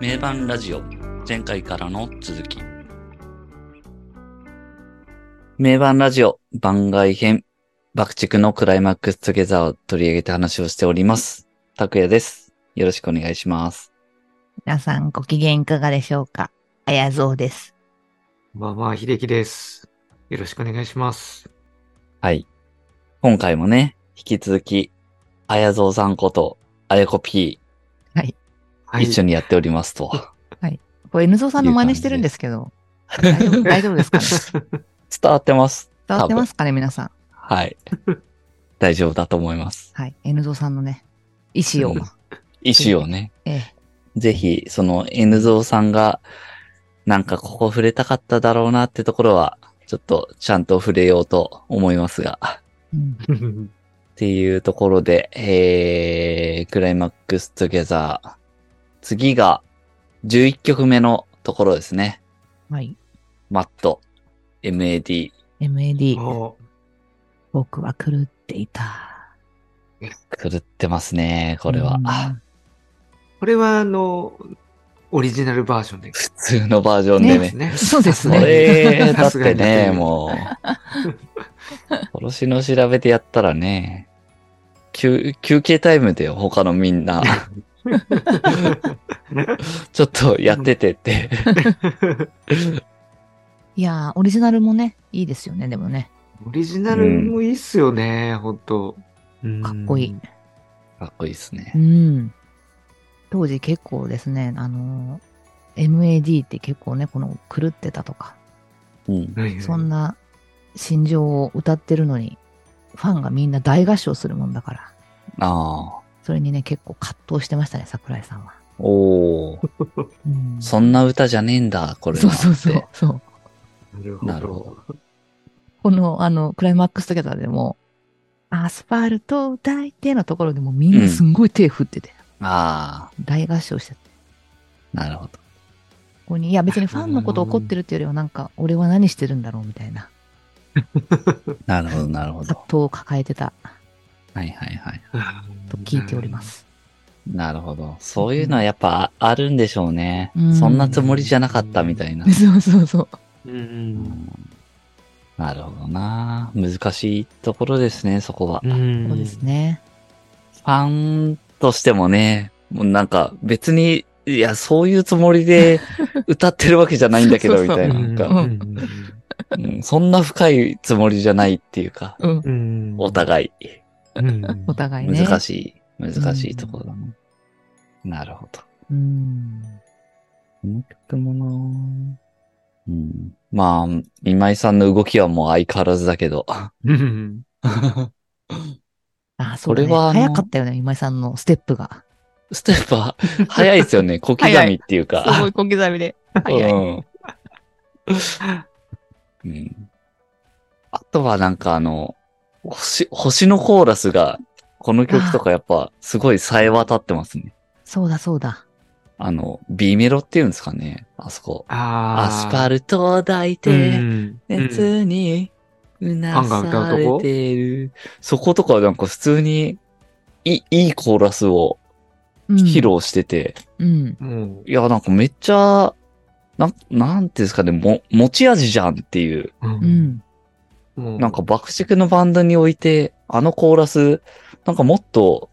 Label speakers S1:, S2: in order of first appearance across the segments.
S1: 名盤ラジオ前回からの続き名盤ラジオ番外編爆竹のクライマックストゥゲザーを取り上げて話をしております拓也ですよろしくお願いします
S2: 皆さんご機嫌いかがでしょうかあやぞうです。
S3: まあまあ、秀樹です。よろしくお願いします。
S1: はい今回もね引き続きあやぞうさんことあやこ P
S3: はい。
S1: 一緒にやっておりますと、
S2: これ N ゾウさんの真似してるんですけど、大丈夫大丈夫ですか ね
S1: 伝わってます
S2: 伝わってますかね皆さん。
S1: はい大丈夫だと思います
S2: はい。N ゾウさんのね、意 思を
S1: うん。意思をね、
S2: ええ
S1: ぜひ、その N ゾウさんが、なんかここ触れたかっただろうなってところは、ちょっとちゃんと触れようと思いますが、っ
S2: うん、
S1: ていうところで、えー、クライマックストゥゲザー。次が、11曲目のところですね。
S2: はい。
S1: マット、MAD。
S2: MAD、
S3: も
S2: 僕は狂っていた。
S1: 狂ってますね、これは
S2: うん。
S3: うこれは、あの、オリジナルバージョンで。
S1: 普通のバージョンでね。
S3: ね
S2: そうです
S1: こ
S2: ね
S1: れ、だってね、
S3: う。
S1: もう、殺しの調べてやったらね、休休憩タイムで他のみんな、ちょっとやっててって。
S2: いやー、オリジナルもね、いいですよね、でもね。
S3: オリジナルもいいっすよね、ほんと。
S2: かっこいい。
S1: かっこいいですね
S2: う。ん。当時結構ですね、あのー MAD って結構ね、この狂ってたとか、
S1: うん。
S3: うん。
S2: そんな心情を歌ってるのに、ファンがみんな大合唱するもんだから。
S1: ああ。
S2: それにね、結構葛藤してましたね、桜井さんは。
S1: おー。
S2: うん
S1: そんな歌じゃねえんだ、これ
S2: そ
S1: は
S2: うそうそ
S1: っ
S2: う
S1: て。
S2: そう。
S3: なる
S1: なる
S3: ほ
S1: ほ
S3: ど。
S2: この、あの、クライマックストゥゲザーでも、アスファルトを抱いてのところでもみんなすんごい手振ってて、
S1: ああ。
S2: 大合唱してた。
S1: なるほど。
S2: ここに、いや別にファンのこと怒ってるっていうよりはなんか、俺は何してるんだろうみたいな
S1: なるほど、なるほ
S2: 葛
S1: ど。
S2: 藤を抱えてた
S1: はいはいはい。
S2: と聞いております。
S1: なるほど。そういうのはやっぱあるんでしょうね。
S2: うん。
S1: そんなつもりじゃなかったみたいな
S2: そうそうそう。
S3: うん。う。
S1: うんんなるほどな。難しいところですね、そこは。
S3: うん
S2: そうです。ね。
S1: ファンとしてもね、もうなんか別に、いや、そういうつもりで歌ってるわけじゃないんだけど、
S2: そ
S1: み
S2: うそう
S1: た
S2: そう
S1: いな。なんか、うんそんな深いつもりじゃないっていうか、
S2: うん。
S3: うん
S1: お互い。
S3: うん
S2: お互いね。
S1: 難
S2: い。
S1: しい、難しいところだね。なるほど。
S2: うん。
S1: この曲もなうん。まあ、今井さんの動きはもう相変わらずだけど。
S3: うん
S2: あ、そうだね、
S1: これはあの
S2: 早かったよね、今井さんのステップが。
S1: ステップは早いですよね。小刻みっていうか。
S2: い小刻みで。
S1: うん。うん。あとはなんかあの、星、星のコーラスが、この曲とかやっぱすごいさえ渡ってますね。
S2: そうだそうだ。
S1: あの、B メロっていうんですかね。 あそこ。
S3: あ
S1: アスファ
S3: ル
S1: ルトを抱いて、熱にうな
S3: ファンが歌
S1: さ
S3: うと
S1: れ
S3: こ
S1: てる。そことかなんか普通に、いい、いいコーラスを
S2: うん
S1: 披露してて、
S2: うん。
S3: も
S1: いや、なんかめっちゃ、なん、なんていうんですかね、も、持ち味じゃんっていう。
S3: う、
S2: う。
S3: うんん
S1: なんか、爆竹のバンドにおいて、あのコーラス、なんかもっと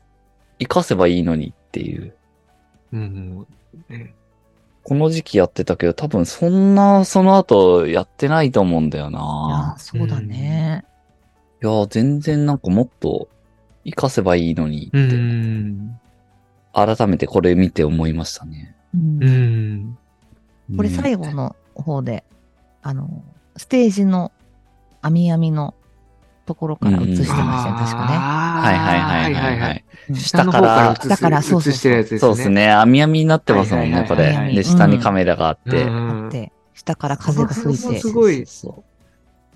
S1: 活かせばいいのにっていう。
S3: うん。ね
S1: この時期やってたけど、多分そんな、その後やってないと思うんだよ
S2: あ
S1: な
S2: あ、。そうだね。
S1: いや、全然なんかもっと活かせばいいのに
S3: う
S1: って、
S3: ん。
S1: 改めてこれ見て思いましたね。
S2: うん
S3: うん。
S2: これ
S1: ね
S2: 最後の方で、あの、ステージの網網のところから映してましたよ、
S3: あー
S2: 確か
S1: はいはいはいはいはい。。
S2: うん
S1: 下
S3: の
S1: か
S3: 方
S1: ら
S3: 映す
S2: だからそうそう
S3: 映してるやつですね。
S1: そうです。ね。網網になってますもん
S3: は
S1: ね
S3: い、
S1: こ
S3: はいはい
S2: はい
S1: れ。
S2: 網
S1: で、
S2: 網
S1: 下にカメラがあって。
S2: ね。あって、下から風が吹い
S3: そうそう
S2: て
S3: そ、うすごい
S1: そうそう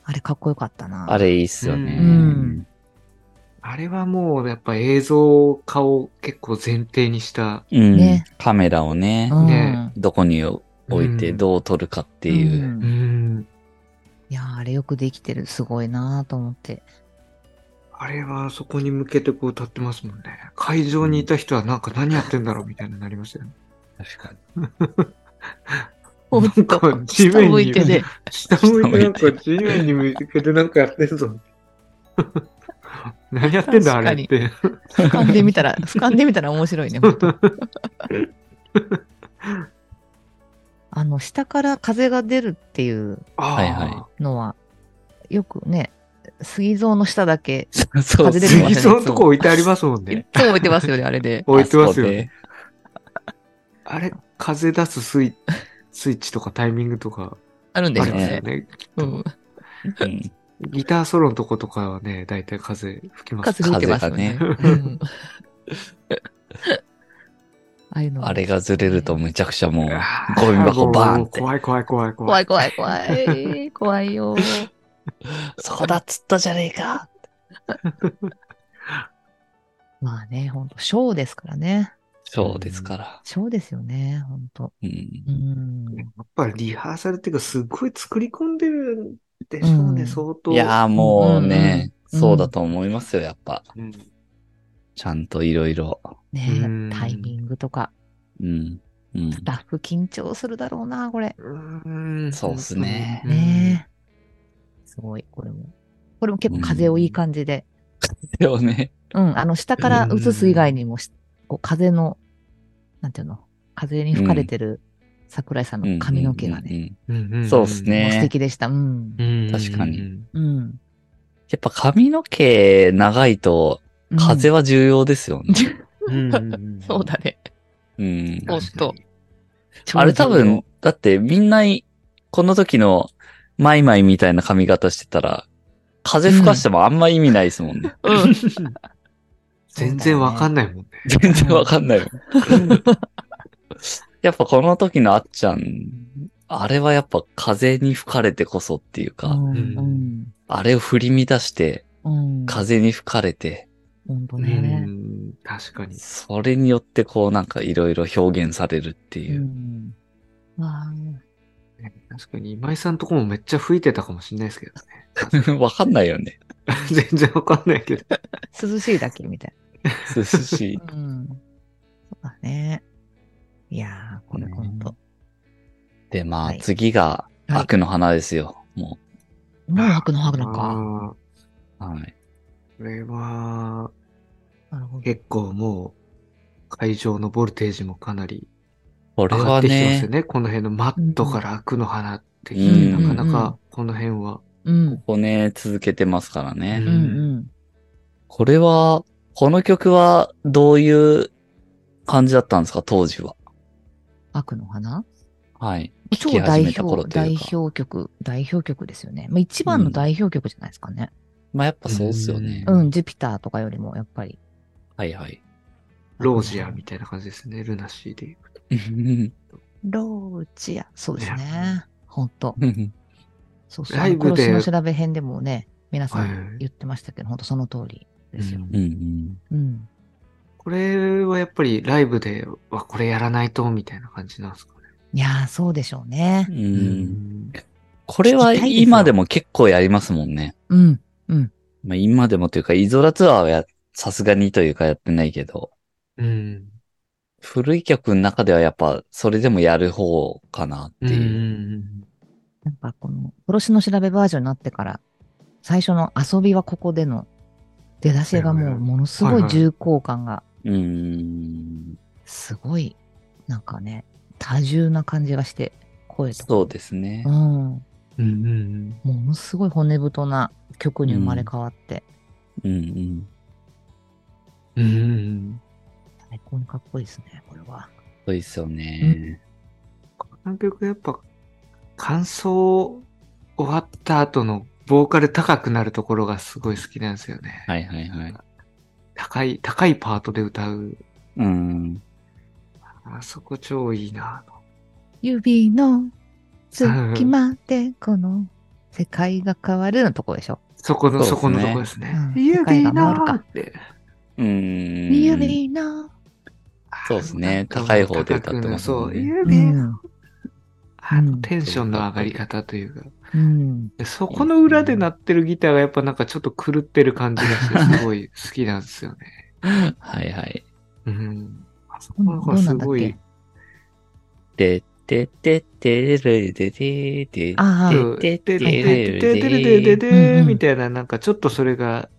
S2: あれかっこよかったな。
S1: あれいいっすよね。
S2: うん
S3: あれはもうやっぱ映像化を結構前提にした。
S1: うん
S2: ね
S1: カメラをね、
S2: うん
S3: ね
S1: どこに置いて
S3: うん
S1: どう撮るかっていう。
S2: ん
S3: うん。
S2: いやー、あれよくできてる。すごいなーと思って。
S3: あれはそこに向けてこう歌ってますもんね。会場にいた人はなんか何やってんだろうみたいになりましたよね。
S1: 確かに。
S2: ほんと
S3: なんか、地
S2: 下
S3: 面に
S2: 向いてで、
S3: 下向いてなんか地面に向けてなんかやってんぞ。何やってんだあ
S2: 確か
S3: れ
S2: に
S3: って。
S2: 俯瞰で見 たら、俯瞰で見たら面白いね。ほんとあの、下から風が出るっていう
S3: あ
S1: はいは
S2: のは、よくね、杉蔵の下だけ、
S1: そう
S2: 外
S1: で
S2: れ
S1: す
S2: てま
S1: ね。
S3: 水
S2: すね
S3: 槽のとこ置いてありますもん
S2: いっ
S3: ね。
S2: つも置いてますよね、あれ で。
S3: 置いてますよね。
S1: ね。
S3: あれ、風出すスイスイッチとかタイミングとか
S2: あるんで
S3: あ
S2: し
S3: り
S2: ょう
S3: ますよ
S2: ね。
S3: ね。
S2: うん。
S1: うん
S3: ギターソロのとことかはね、だいたい風吹きます。
S2: 数吹いてますよね。
S3: 風が
S2: う
S3: ね
S2: んああいうの。
S1: あれがずれるとめちゃくちゃもう、
S3: あ
S1: ゴミ箱バーンって
S3: 怖い怖い怖い怖
S2: 怖
S3: い。
S2: い怖い怖い。怖いよ。
S1: そこだっつったじゃねえか。
S2: まあね、ほんと、ショーですからね。
S1: そうですから。
S2: ショーですよね、ほんと。
S1: うん
S2: うん。
S3: やっぱリハーサルっていうか、すごい作り込んでるんでしょうね、
S2: うん
S3: 相当。
S1: いやーもうね、
S2: うん
S1: そうだと思いますよ、やっぱ。
S3: うん、
S1: ちゃんといろいろ。
S2: ね
S3: うん
S2: タイミングとか、
S1: うん。うん。
S2: スタッフ緊張するだろうな、これ。
S3: うーん
S1: そうっすね
S3: うん
S2: ねえ。すごい、これも。これも結構風をいい感じで。
S1: でもね、
S2: うん、あの、下から映す以外にもし、こう風の、なんていうの、風に吹かれてる桜井さん
S1: うん
S2: の髪の毛がね、
S1: ね。
S3: うんんん
S1: そうっすね
S2: もう素敵でした。うん
S3: う。ん
S1: 確かに
S3: うん
S2: うん。
S1: やっぱ髪の毛長いと、風
S2: は、
S1: は重要ですよね。
S3: うんうんん
S2: そうだね。
S1: うん。
S2: おっと。
S1: あれ多分、だってみんな、この時のマイマイみたいな髪型してたら、風吹かしてもあんま意味ないですもんね。
S2: うん。
S3: 全然わかん
S2: ない。
S3: ないもんね。
S1: 全然わかんないもん。やっぱこの時のあっちゃん、あれはやっぱ風に吹かれてこそっていうか、
S2: うんうん。
S1: あれを振り乱して、
S2: うん。
S1: 風に吹かれて、
S2: ほんと
S3: う
S2: ね。
S3: ん確かに。
S1: それによってこうなんかいろいろ表現されるって
S2: う
S1: いう。
S2: ん。わ
S3: 確かに、今井さんとこもめっちゃ吹いてたかもしれないですけどね。
S1: わかんないよね。
S3: 全然わかんないけど。
S2: あ、涼しいだけみたい
S1: 涼しい。
S2: な。うん。そうだね。いやー、これほんと。
S1: で、まあ
S2: はい
S1: 次が
S2: はい
S1: 悪の花ですよ。も
S2: もう吐くの吐くの
S3: あ
S2: か。
S3: ー
S1: う。はい。
S3: これは、
S2: なるほど。
S3: 結構もう、会場のボルテージもかなり
S1: これ
S3: 上がっ
S1: は
S3: てきてますよ
S1: ね、
S3: ね。この辺のマットから悪の花ってき
S1: うん
S3: て、
S1: うん
S3: なかなかこの辺は。
S2: うん。
S1: ここね、続けてますからね。
S2: うんうん。
S1: これは、この曲はどういう感じだったんですか、当時は。
S2: 悪の花
S1: はい。聴
S2: 超
S1: き
S2: 代
S1: 始めた頃
S2: 表、
S1: とい
S2: 代
S1: うか。
S2: 表曲、代表曲ですよね。まあ、一番の代表曲じゃないですかね。
S1: まあやっぱそうっすよね。
S3: う
S2: うんん、ジュピターとかよりも、やっぱり。
S1: はいはい。
S3: ロージアみたいな感じですね、ルナシーで。
S2: ロージア。そうです
S3: ね
S2: ね。ほんと。そうそう。
S3: ライブで
S2: あの殺しの調べ編でもね、皆さ
S3: はい
S2: ん言ってましたけど、ほんとその通りですよ。
S1: うんうん。
S2: うん。
S3: これはやっぱりライブではこれやらないとみたいな感じなんですかね。
S2: いやー、そうでしょうね
S1: う。。
S3: うん
S1: これは
S2: 聞きたいですよ
S1: 今でも結構やりますもんね。
S2: うん。
S1: まあ、今でもというか、イゾラツアーはやさすがにというかやってないけど、
S3: うん。
S1: 古い曲の中ではやっぱそれでもやる方かなって
S3: う
S1: いう。
S3: ん
S2: なんかこの、殺しの調べバージョンになってから、最初の遊びはここでの出だしがもうものすごい重厚感が、
S1: うーん。
S2: すごい、なんかね、多重な感じがして、声とか。
S1: そうですね
S2: う。ん。
S3: うんうん
S2: ものすごい骨太な曲に生まれ変わって、
S1: うんうん。
S3: うん。うん。
S2: 最高にかっこいいですね、これは。
S1: そうですよね。
S3: この曲やっぱ、感想終わった後のボーカル高くなるところがすごい好きなんですよね。
S1: はいはいはい。
S3: 高い、高いパートで歌う。
S1: うん。
S3: あそこ超いいなと。
S2: 指の隙間でこの世界が変わるのとこでしょ。
S3: そこの、
S1: そう
S3: そ
S1: っす
S3: こ
S1: ね
S3: のとこですね。
S2: うん
S3: 指
S2: 世界が
S3: な
S2: 回るか
S3: ーって。
S1: うーん。
S2: 指の、
S1: そうっすね
S3: あの
S1: 高い方で歌ってます
S3: 高
S1: も
S3: く
S1: ん
S3: な
S1: ね
S3: る
S2: う
S3: そう、指の
S2: ん、
S3: あ
S2: う
S3: の
S2: ん
S3: テンションの上がり方というか、
S2: うん。
S3: でそこの裏で鳴ってるギターがやっぱなんかちょっと狂ってる感じ がして、すごい好きなんですよね。
S1: はいはい。
S3: うん。あそこの方がすご
S2: どうなん
S3: い
S2: だ、
S1: てってってってれれででで。
S2: ああ、
S3: そう
S1: で
S3: で
S1: で
S3: で
S1: で
S3: ででで
S2: う
S3: でで
S2: ん
S3: で
S2: うん
S3: みたいな、なんかちょっとそれが、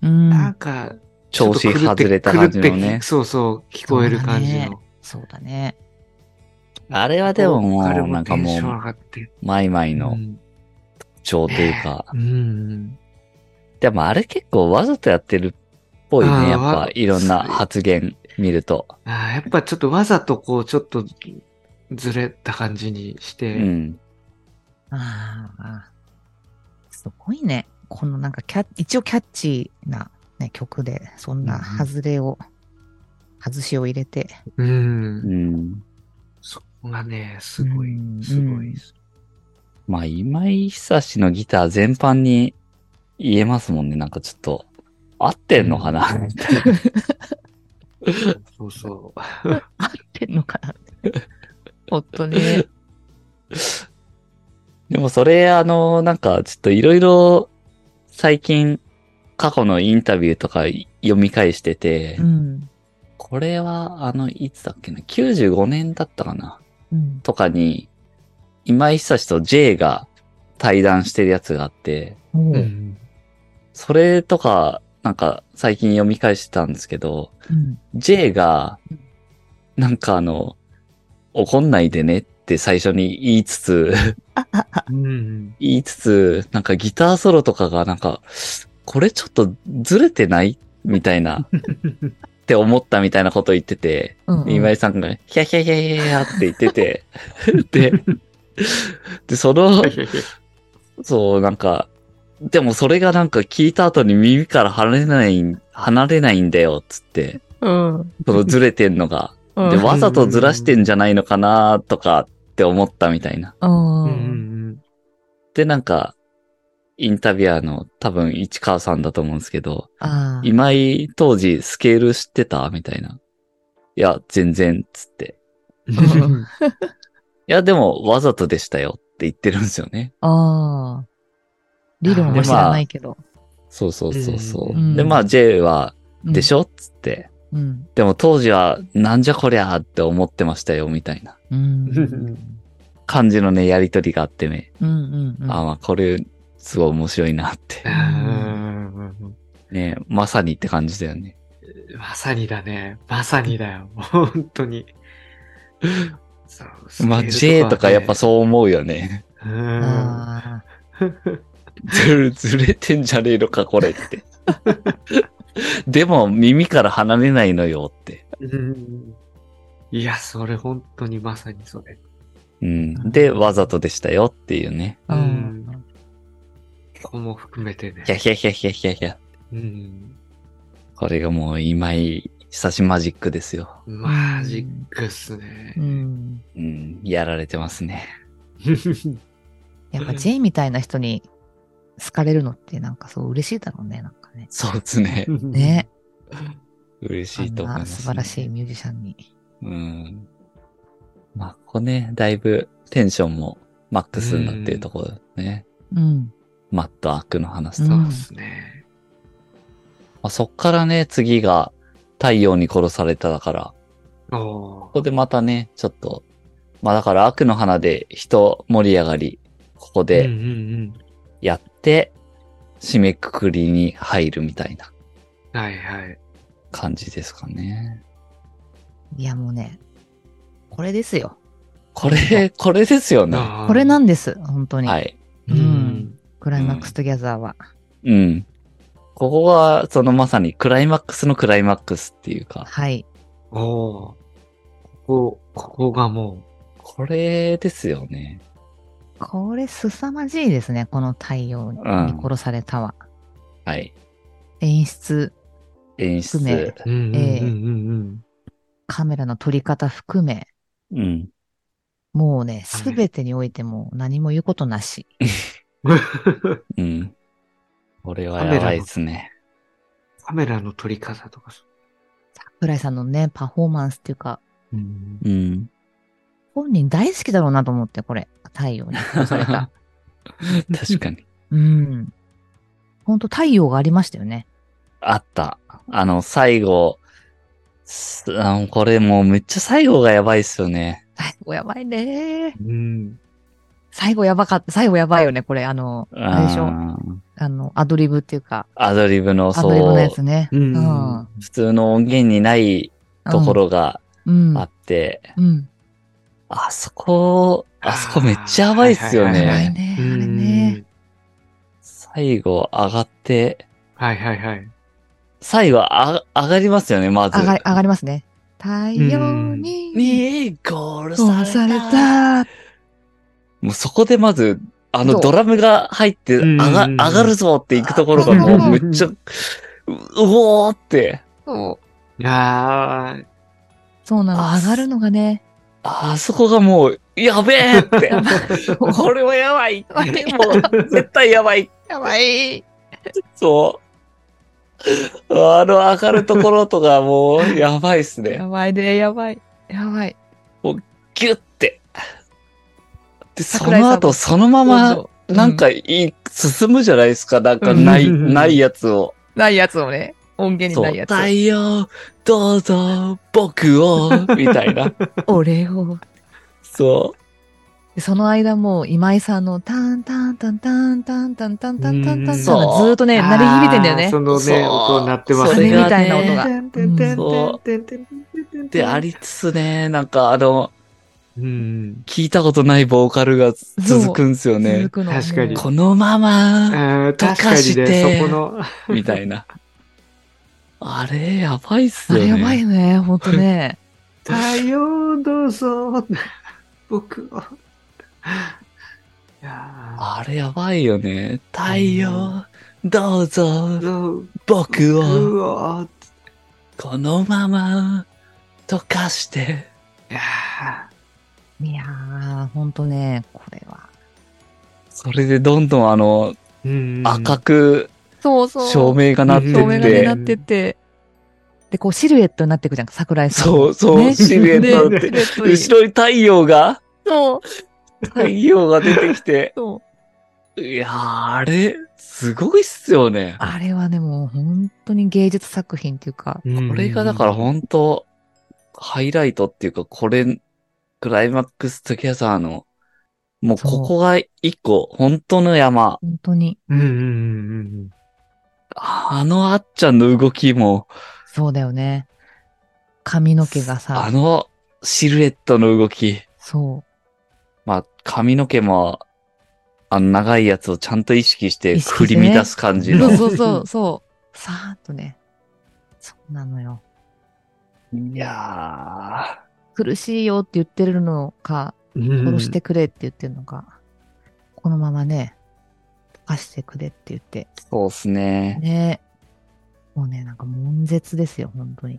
S2: うん。
S3: なんか、
S1: 調子外れた感じの
S3: 狂って
S1: ね。
S3: そうそう、聞こえる感じ
S2: そうだ
S3: の。
S2: そうだね。
S1: あれはでもも
S3: 彼
S1: う、なんか
S3: テン
S1: も
S3: ション上
S1: う、
S3: がって。
S1: マイマイ
S3: う
S1: の
S3: ん
S1: 調というか。
S3: うん。
S1: でもあれ結構わざとやってるっぽい
S3: あー
S1: ね。やっぱ
S3: わ
S1: いろんな発言見ると。
S3: ああ、やっぱちょっとわざとこう、ちょっとずれた感じにし
S1: う
S3: て、
S1: ん。
S2: ああ、すごいね。このなんかキャッ、一応キャッチーな、ね、曲で、そんな外れを、外しを入れて。
S3: うん
S1: うん。
S3: そこがね、すごい
S2: うん、
S3: すごいです。
S1: まあ、今井久志のギター全般に言えますもんね。なんかちょっと、合ってんのかな、
S3: うん
S1: みたいな
S3: そうそ
S2: 合ってんのかなって。ほっとね。
S1: でもそれ、あの、なんかちょっといろいろ最近過去のインタビューとか読み返してて、
S2: うん。
S1: これは、あの、いつだっけな、95年だったかな
S2: うん。
S1: とかに、今井久志と J が対談してるやつがあって、
S2: お
S3: う。
S2: う
S3: うん
S1: それとか、なんか最近読み返してたんですけど、
S2: うん。
S1: J が、なんかあの、怒んないでねって最初に言いつつ、
S3: うん。
S1: 言いつつ、なんかギターソロとかがなんか、これちょっとずれてないみたい な、って思ったみたいなこと言ってて、
S2: うんうん
S1: 今井さんが、ヒャヒャヒャヒャヒャって言って て、で、で、その、そう、なんか、でもそれがなんか聞いた後に耳から離れない、離れないんだよ、つって。
S2: うん。
S1: そのずれてんのが。
S2: う
S1: で、
S2: ん。
S1: わざとずらしてんじゃないのかな、とかって思ったみたいな。
S3: う
S2: うん。
S3: ん。
S1: で、なんか、インタビュアーの多分市川さんだと思うんですけど、
S2: ああ。
S1: 今井当時スケール知ってたみたいな。いや、全然、つって。
S2: うん
S1: いや、でもわざとでしたよって言ってるんですよね。
S2: ああ。理論は知らないけど。
S1: そうそうそうそう。
S2: うん
S1: で、まあ J は、でし
S2: ょ
S1: ょつって。
S2: うん。
S1: でも当時は、なんじゃこりゃーって思ってましたよ、みたいな
S2: うん。うん
S1: 感じのね、やりとりがあってね。
S2: うんう ん。
S1: ああ、まあこれ、すごい面白いなって。
S3: うん
S1: ねまさにって感じだよね。
S3: まさにだね。まさにだよ。本当に。そう
S1: まあ、J とかやっぱ、そう思うよね。
S3: スケールとかはね
S2: あ
S1: ず れずれてんじゃねえのか、これって。でも、耳から離れないのよって。
S3: うんうんいや、それ本当にまさにそれ。
S1: うん。で、わざとでしたよっていうね。
S2: あ。う
S3: うん
S2: ん。
S3: ここも含めてね
S1: ひ。ゃひゃひゃひゃひゃひゃ。
S3: うん
S1: これがもう、今井久しマジックですよ。
S3: マジックっすね
S2: う。ん。
S1: うん。やられてますね。
S2: やっぱ J みたいな人に好かれるのってなんかそう嬉しいだろうね、なんかね。
S1: そうですね。
S2: ね。
S1: 嬉
S2: あ
S1: しい
S2: ん
S1: と思いま
S2: な
S1: す、
S2: 素晴らしい。ミュージシャンに。
S1: うん。まあ、ここね、だいぶテンションもマックスになってるところだよね。
S2: うん。
S1: マットアークの話と。
S2: う
S1: ま
S2: ん
S3: そうっすね。
S1: あ、そっからね、次が太陽に殺されただから、
S3: お
S1: ここでまたね、ちょっと、まあだから悪の花で人盛り上がり、ここ
S3: で、う
S1: で
S3: んうん
S1: やって、締めくくりに入るみたいな
S3: うん。はいはい。
S1: 感じですかね。
S2: いやもうね、これですよ。
S1: これ、これですよね。
S2: これなんです、本当に。
S1: はい。
S3: うん
S2: うんクライマックストギャザーは。
S1: うん。ここは、そのまさにクライマックスのクライマックスっていうか、
S2: はい。
S3: おおーここ、ここがも
S1: これですよね。
S2: これ凄まじいですね、この太陽に
S1: うん
S2: 殺されたわ。
S1: はい。
S2: 演出、
S1: 演出。
S2: 含め
S3: う、うんうんうん うん
S2: カメラの撮り方含め、
S1: うん。
S2: もうね、
S3: はい
S2: すべてにおいてもう何も言うことなし。
S3: うん。
S1: うん。これはやばいですね。
S3: カメラの撮り方とかそ
S2: 桜井さんのね、パフォーマンスっていうか、
S3: う。
S1: うん。
S2: 本人大好きだろうなと思って、これ。太 陽に殺された。
S1: 確かに。
S2: うん。ほんと太陽がありましたよね。
S1: あった。あの、最後、すあのこれもうめっちゃ最後がやばいっすよね。
S2: 最後やばいね。
S3: うん。
S2: 最後やばかった。最後やばいよね、これ。あの、あれでしょ
S1: あー
S2: あの、アドリブっていうか、
S1: アドリブの、
S2: ア
S1: そ
S2: ドリブのや
S1: う、
S2: つね。
S3: うん
S2: うん
S1: 普通の音源にないとこ。ろが
S2: うん。
S1: あって、
S2: うん。
S1: あそこ、あそこめっちゃやばいっすよ
S3: あーは
S2: やば
S3: い
S2: い
S1: ね。
S2: ね。
S3: う
S2: あれね。
S3: ん。
S1: 最後上がって、
S3: はいはいはい。
S1: 最後あ上がりますよね、まず。
S2: 上がり、上がりますね。太陽に、
S1: にゴール
S2: 壊
S1: さ
S2: さ
S1: れ
S2: れ
S1: た。
S2: た。
S1: もうそこでまず、あ
S2: そ
S1: の
S2: う
S1: ドラムが入って、
S3: うん
S1: 上が、上がるぞって行くところがもうめっちゃ、ううおーって、
S2: そう。
S3: いやー、
S2: そうな
S1: あ
S2: の。上がるのがね。
S1: あそこがもう、やべえ って、これはやばい
S2: ばい
S1: もう、絶対やばい
S2: やばい。
S1: そう。あの上がるところとかもう、やばいっすね。
S2: やばいね、やばい。やばい。
S1: ギュって。で、そ
S2: 桜井さん
S1: の後、そのまま、
S2: うん
S1: なんかいい、進むじゃないですか。なんか、ない、
S3: うん
S1: ないやつを。
S2: ないやつをね。音源に
S1: そ
S2: な
S1: う
S2: いやつを。
S1: 太陽、どうぞ、僕 を、みたいな。
S2: 俺を。
S1: そ
S2: でその間もう今井さんのタンタンタンタンタンタンタンタンタンタンタンがず
S1: そう
S2: ーっとね、鳴り響いてんだよね
S3: あーそ。の
S1: そう
S3: ね、音になってます
S2: 羽み
S1: それが
S2: たいな音が。
S1: そ
S3: うん
S1: う。で、ありつつね、なんかあの、
S3: うん。
S1: 聞いたことないボーカルが続くんですよ
S2: 続
S1: ね。
S2: くの。
S3: 確かに
S2: も
S1: このまま、
S3: あー
S1: 溶
S3: 確
S1: か
S3: か
S1: し
S3: に
S1: て
S3: ね、そこの、
S1: みたいな。あれ、やばいっす
S2: うあ
S1: よね。
S2: れやばいよね、ほんとね。
S3: 太陽どうぞ、僕を。いや
S1: あれやばいよね。太陽、どうぞ
S3: ー、、どう
S1: 僕を、
S3: うおー
S1: このまま、溶かして。
S3: いや
S2: いやー、ほんとね、これは。
S1: それでどんどんあの、
S3: ーうん
S1: 赤く
S2: そうそう。
S1: 照明がなってっ
S2: 照明が
S1: て
S2: ね、な、ってって。で、こうシルエットになっていくじゃん、桜井さん。
S1: そうそう
S2: ね
S1: シルエットになって
S2: ねシルエットに
S1: 後ろに太陽が、
S2: そう。。
S1: 太陽が出てきて
S2: そう。
S1: いやー、あれ、すごいっすよね。
S2: あれはね、もう本当に芸術作品っていうか、
S1: これがだから本当ハイライトっていうか、これ、クライマックストゥギャザーの、もう
S2: そう
S1: ここが一個、本当の山。
S2: 本当に。
S3: うんうんうんうん
S1: あのあっちゃんの動きも、
S2: そうだよね。髪の毛がさ
S1: あ、のシルエットの動き。
S2: そ
S1: まあ、髪の毛も、あの長いやつをちゃんと意識して
S2: 意識
S1: 振
S2: して
S1: り
S2: ね
S1: 乱す感じ
S2: う。
S1: の。
S2: そうそうそう、そう。さーっとね。そうなのよ。
S1: いや
S2: 苦しいよって言ってるのか、
S3: うん。
S2: 殺してくれって言ってるのか、このままね、溶かしてくれって言って。
S1: ー、そうっすね。
S2: ね。もうね、なんか悶絶ですよ、本当に。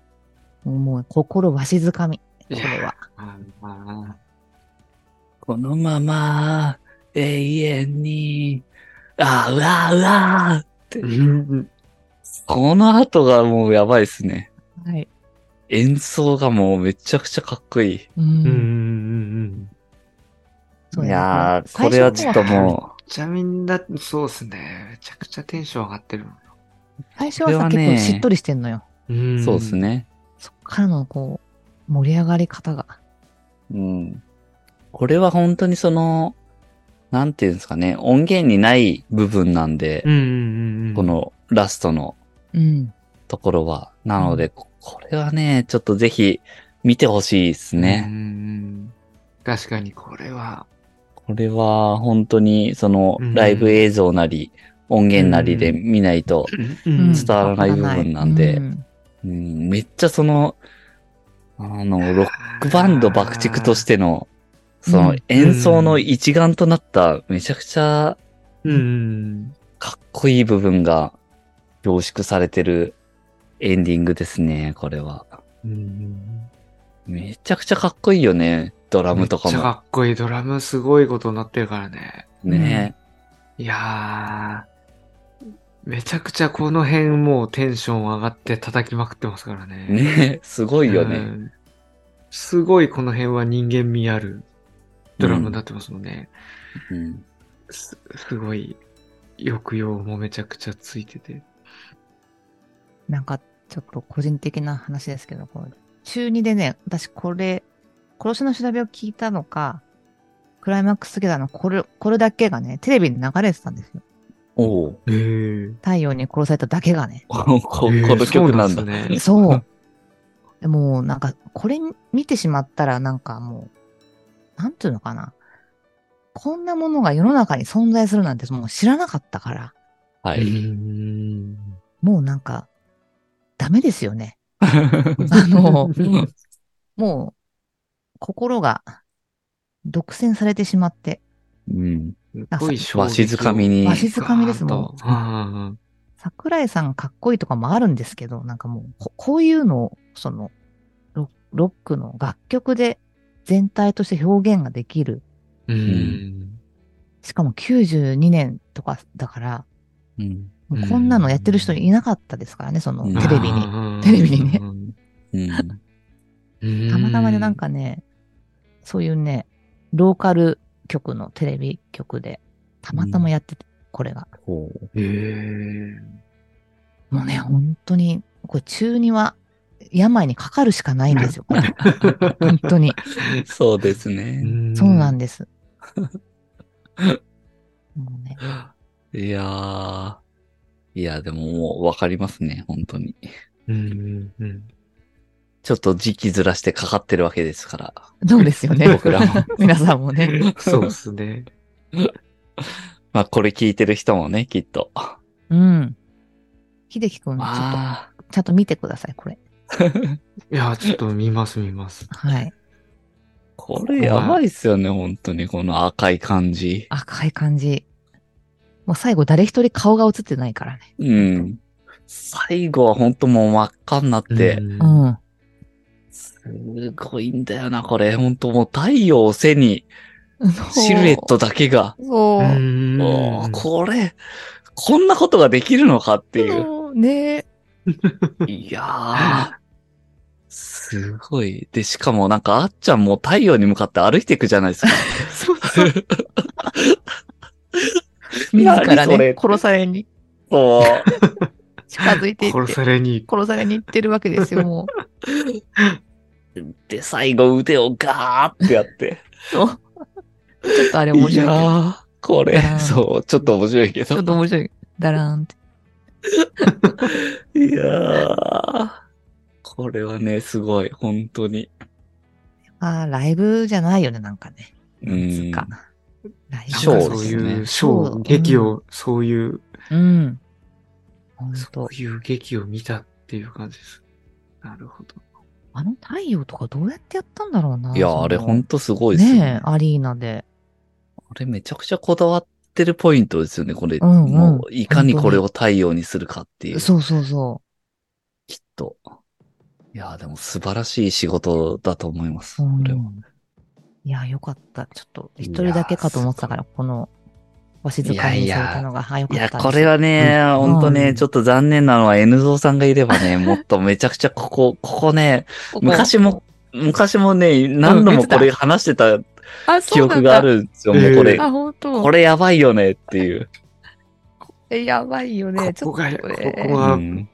S2: もうもう心わしづかみ。これは。
S3: あー
S1: このまま、永遠に、あーうわーうわー
S3: うん
S1: この後がもうやばいっすね。
S2: はい。
S1: 演奏がもうめちゃくちゃかっこいい。
S2: う
S3: うんうんうん
S2: ん。
S3: うん。
S2: そう
S1: い
S2: ね
S1: やー、
S2: 最
S1: こ
S2: 初
S1: れはちょっと
S2: は
S1: も
S3: めっちゃみんな、そうですね。めちゃくちゃテンション上がってる。
S2: 最初は
S1: これは
S2: さ、
S1: ね
S2: 結構しっとりしてんのよ。
S1: う、そうです。ね。
S2: そっからのこう、盛り上がり方が。
S1: うん。これは本当にその、なんていうんですかね、音源にない部分なんで、
S3: うんうんうん。
S1: こ、のラストの
S2: うん。
S1: ところは。なので、ここれはね、ちょっとぜひ見てほしいですね。。
S3: 確かにこれは。
S1: これは本当にその
S3: うん
S1: ライブ映像なり、音源なりで
S3: う
S1: 見ないと、
S3: うん
S1: 伝わらない部分なんで
S2: わからない
S1: うん、めっちゃその、あの、ロッロックバンド爆竹としての、その演奏の一丸となった、めちゃくちゃ
S3: うんうん。
S1: かっこいい部分が凝縮されてるエンディングですね、これは。
S3: うんうん。
S1: めちゃくちゃかっこいいよね、ドラムとか
S3: めっちゃ
S1: も。
S3: かっこいい。ドラムすごいことになってるからね。
S2: い
S1: ね
S3: いやー。めちゃくちゃこの辺もうテンション上がって叩きまくってますからね。
S1: え、ねえ、すご
S3: う
S1: い
S3: ん。
S1: よね。
S3: すごいこの辺は人間味あるドラムになってますもんね。
S1: うん
S3: すすごい抑揚もめちゃくちゃついてて。
S2: なんか、ちょっと個人的な話ですけど、こう中2でね、私これ、殺しの調べを聞いたのか、クライマックスゲダーのこれ、これだけがね、テレビに流れてたんですよ。
S1: おお。
S3: えー、
S2: 太陽に殺されただけがね。
S1: ここ
S3: えー
S1: の曲なんだ。
S3: そうなんですね
S2: そう。でもうなんか、これ見てしまったらなんかもう、なんていうのかな。こんなものが世の中に存在するなんてもう知らなかったから、
S1: は
S3: う
S1: い。
S3: ーん
S2: もうなんか、ダメですよね。あの、 もう、心が独占されてしまって、
S1: うん。
S3: すごい衝撃を
S1: わしづかみに
S2: わ。しづかみですもん。
S3: ガーンとうんうんうん
S2: 桜井さんかっこいいとかもあるんですけど、なんかもう、ここういうのを、そのロ、ロックの楽曲で全体として表現ができる。
S3: うん。
S2: しかも92年とかだから、
S1: うん。
S2: もうこんなのやってる人いなかったですからね、その
S1: うん
S2: テレビに。
S3: に
S2: テレビにね
S1: うん。
S2: たまたまでなん、かね、そういうね、ローカル局のテレビ局で、たまたまやってて、これが。
S1: ほう。
S3: えー、
S2: もうね、本当に、これ中には病にかかるしかないんですよ、これ本当に。
S1: そうですね。
S2: そうなんんです。もうね、
S1: いやー。いや、でももうわかりますね、本当に。
S3: うんうん
S1: ちょっと時期ずらしてかかってるわけですから。
S2: そうです よね。
S1: 僕らも。
S2: 皆さんもね。
S3: そうですね。
S1: まあ、これ聞いてる人もね、きっと。
S2: うん。秀樹くん、ちょっと、
S1: あ
S2: ちゃんと見てください、これ。
S3: いや、ちょっと見ます見ます。
S2: はい。
S1: ーこれやばいっすよね、本当に。この赤い感じ。
S2: 赤い感じ。もう最後、誰一人顔が映ってないからね。
S1: うん。最後は本当もう真っ赤になって、
S3: うん
S2: うん。
S1: すごいんだよな、これ。本当もう太陽を背に、シルエットだけが。
S2: そう。
S3: うん
S1: おーこれ、こんなことができるのかっていう。
S2: そうね
S1: いやー。すごい。で、しかもなんか、あっちゃんも太陽に向かって歩いていくじゃないですか。
S2: そうそう。自
S1: 何
S2: ら
S1: それ
S2: ね、殺されに
S1: そう。
S2: 近づいていって、
S3: 殺
S2: 殺
S3: されに、
S2: されに行ってるわけですよ、もう。
S1: で、最後腕をガーってやって。
S2: そうちょっとあれ面
S1: いや
S2: 白いけ
S1: ー、こ
S2: う
S1: れ、
S2: ん
S1: そう、ちょっと面白いけ
S2: ど。ちょ
S1: ど
S2: っ。と面白い。だらーんって。
S1: いやー、これはね、すごい、本当に。
S2: あーライブじゃないよね、なんかね。
S1: うん
S2: つか。ライブ
S1: ショー
S3: そう
S1: ですね
S3: いう、シ
S2: そう
S3: ョー、劇を、そういう、
S2: うん。本
S3: そ
S2: 当
S3: ういう劇を見たっていう感じです。なるほど。
S2: あの太陽とかどうやってやったんだろうな。
S1: いやー、あれ、ほん
S2: 本
S1: とす
S2: 当
S1: ごい
S2: で
S1: です
S2: す
S1: よ
S2: ね。
S1: ね。
S2: ねえアリーナで。
S1: これ、めちゃくちゃこだわってるポイントですよね、これ。
S2: うんうん
S1: もう、いかにこれを太陽にするかっていう。
S2: そうそうそ
S1: きっと。いやー、でも素晴らしい仕事だと思います。
S2: う。う
S1: こ
S2: ん
S1: れは。
S2: いや、よかった。ちょっと、一人だけかと思ってたから、この、わしづかいにされたのが、はい、よか
S1: い
S2: った
S1: や、
S2: です
S1: これはね、
S2: うん
S1: 本当
S3: う
S1: ね、
S3: ん
S1: ちょっと残念なのは N ゾウさんがいればね、もっとめちゃくちゃこ こ、ここね、
S2: ここ
S1: 昔も、昔もね、何度もこれ話してた記憶があ。るんですよ、
S3: あ
S1: も
S3: そう
S1: う
S3: な
S1: こ
S3: んだ
S1: れ。
S2: あ、本当。
S1: これやばいよねっていう。
S2: え、やばいよね。ち
S3: こ
S2: ょ
S3: こ
S2: っと
S3: が、
S2: ね
S3: ここが
S1: うん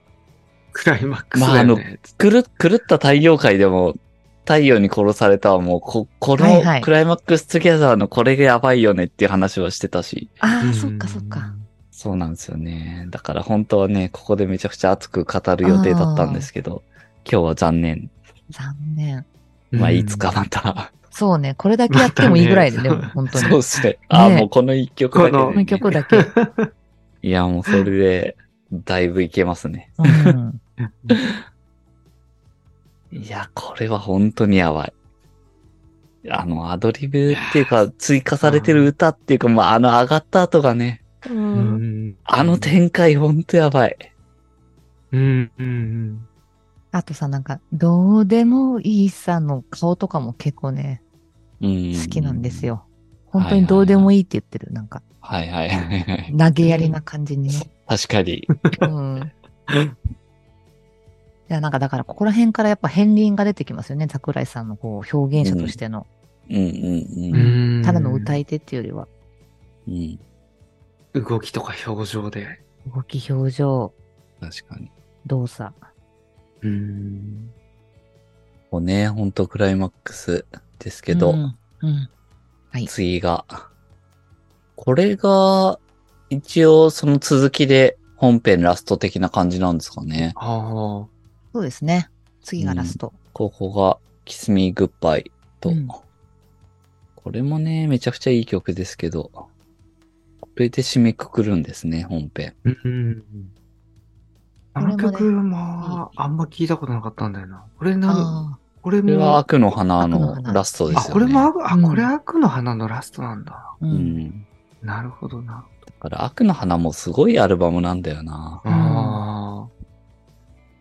S3: クライマックスだよね。
S1: 狂狂った太陽界でも、太陽に殺されたはもう、こ、こ
S2: はい
S1: の
S2: はい
S1: クライマックストゥギャザーのこれがやばいよねっていう話はしてたし、
S2: あ
S3: う
S2: あ、
S3: ん
S2: そっかそっか。。
S1: そうなんですよね。だから本当はね、ここでめちゃくちゃ熱く語る予定だったんですけど、今日は残念。
S2: 残念。
S1: まあ、いつかまた。
S2: そうね、これだけやってもいいぐらいで、
S3: ま
S2: で
S3: たね
S2: も、本当に。
S1: そうですね。あー、
S2: ねえ
S1: もうこの一曲だけで、ね。
S3: こ
S2: この曲だけ。
S1: いや、もうそれで、だいぶいけますね。
S2: うん。
S1: いや、これは本当にやばい。あの、アドリブっていうか、追加されてる歌っていうか、まあ、あの上がった後がね、
S2: うん
S1: あの展開本当やばい。
S3: うん、うん、うん。
S2: あとさ、なんか、どうでもいいさの顔とかも結構ね、
S1: うん。
S2: 好きなんです
S1: よ。
S2: よ。本当にどうでもいいって言ってる。なんか、
S1: はいはいはいはい。
S2: 投げやりな感じにね。
S1: 確か に。
S2: うん。いや、なんかだから、ここら辺からやっぱ片鱗が出てきますよね。桜井さんのこう、表現者としての。
S1: うんうんうん。
S3: うん
S2: ただの歌い手っていうよりは、
S1: うん。
S3: 動きとか表情で。
S2: 動き、表情、
S1: 確かに。
S2: 動作。
S3: うん。
S1: もうね、ほんとクライマックスですけど、
S2: うんうんうん
S1: 次が。これが、一応その続きで本編ラスト的な感じなんですかね。
S3: ああ。
S2: そうですね。次がラスト。
S1: ここが、キスミーグッバイと、
S2: うん
S1: これもね、めちゃくちゃいい曲ですけど、これで締めくくるんですね、本編。
S3: うん。あの曲も、あんま聞いたことなかったんだよな。これな、
S2: あ
S3: これ
S1: これは
S3: も、
S1: 悪の花
S2: 悪の
S1: の
S2: 花
S1: ラストですよ
S3: あ、
S1: ね。
S3: これも悪、あ、
S2: うん
S3: これ悪の花のラストなんだ。
S2: あ、う。
S1: うんん。
S3: なるほどな。
S1: だから悪の花もすごいアルバムなんだよな。
S2: うん
S3: あ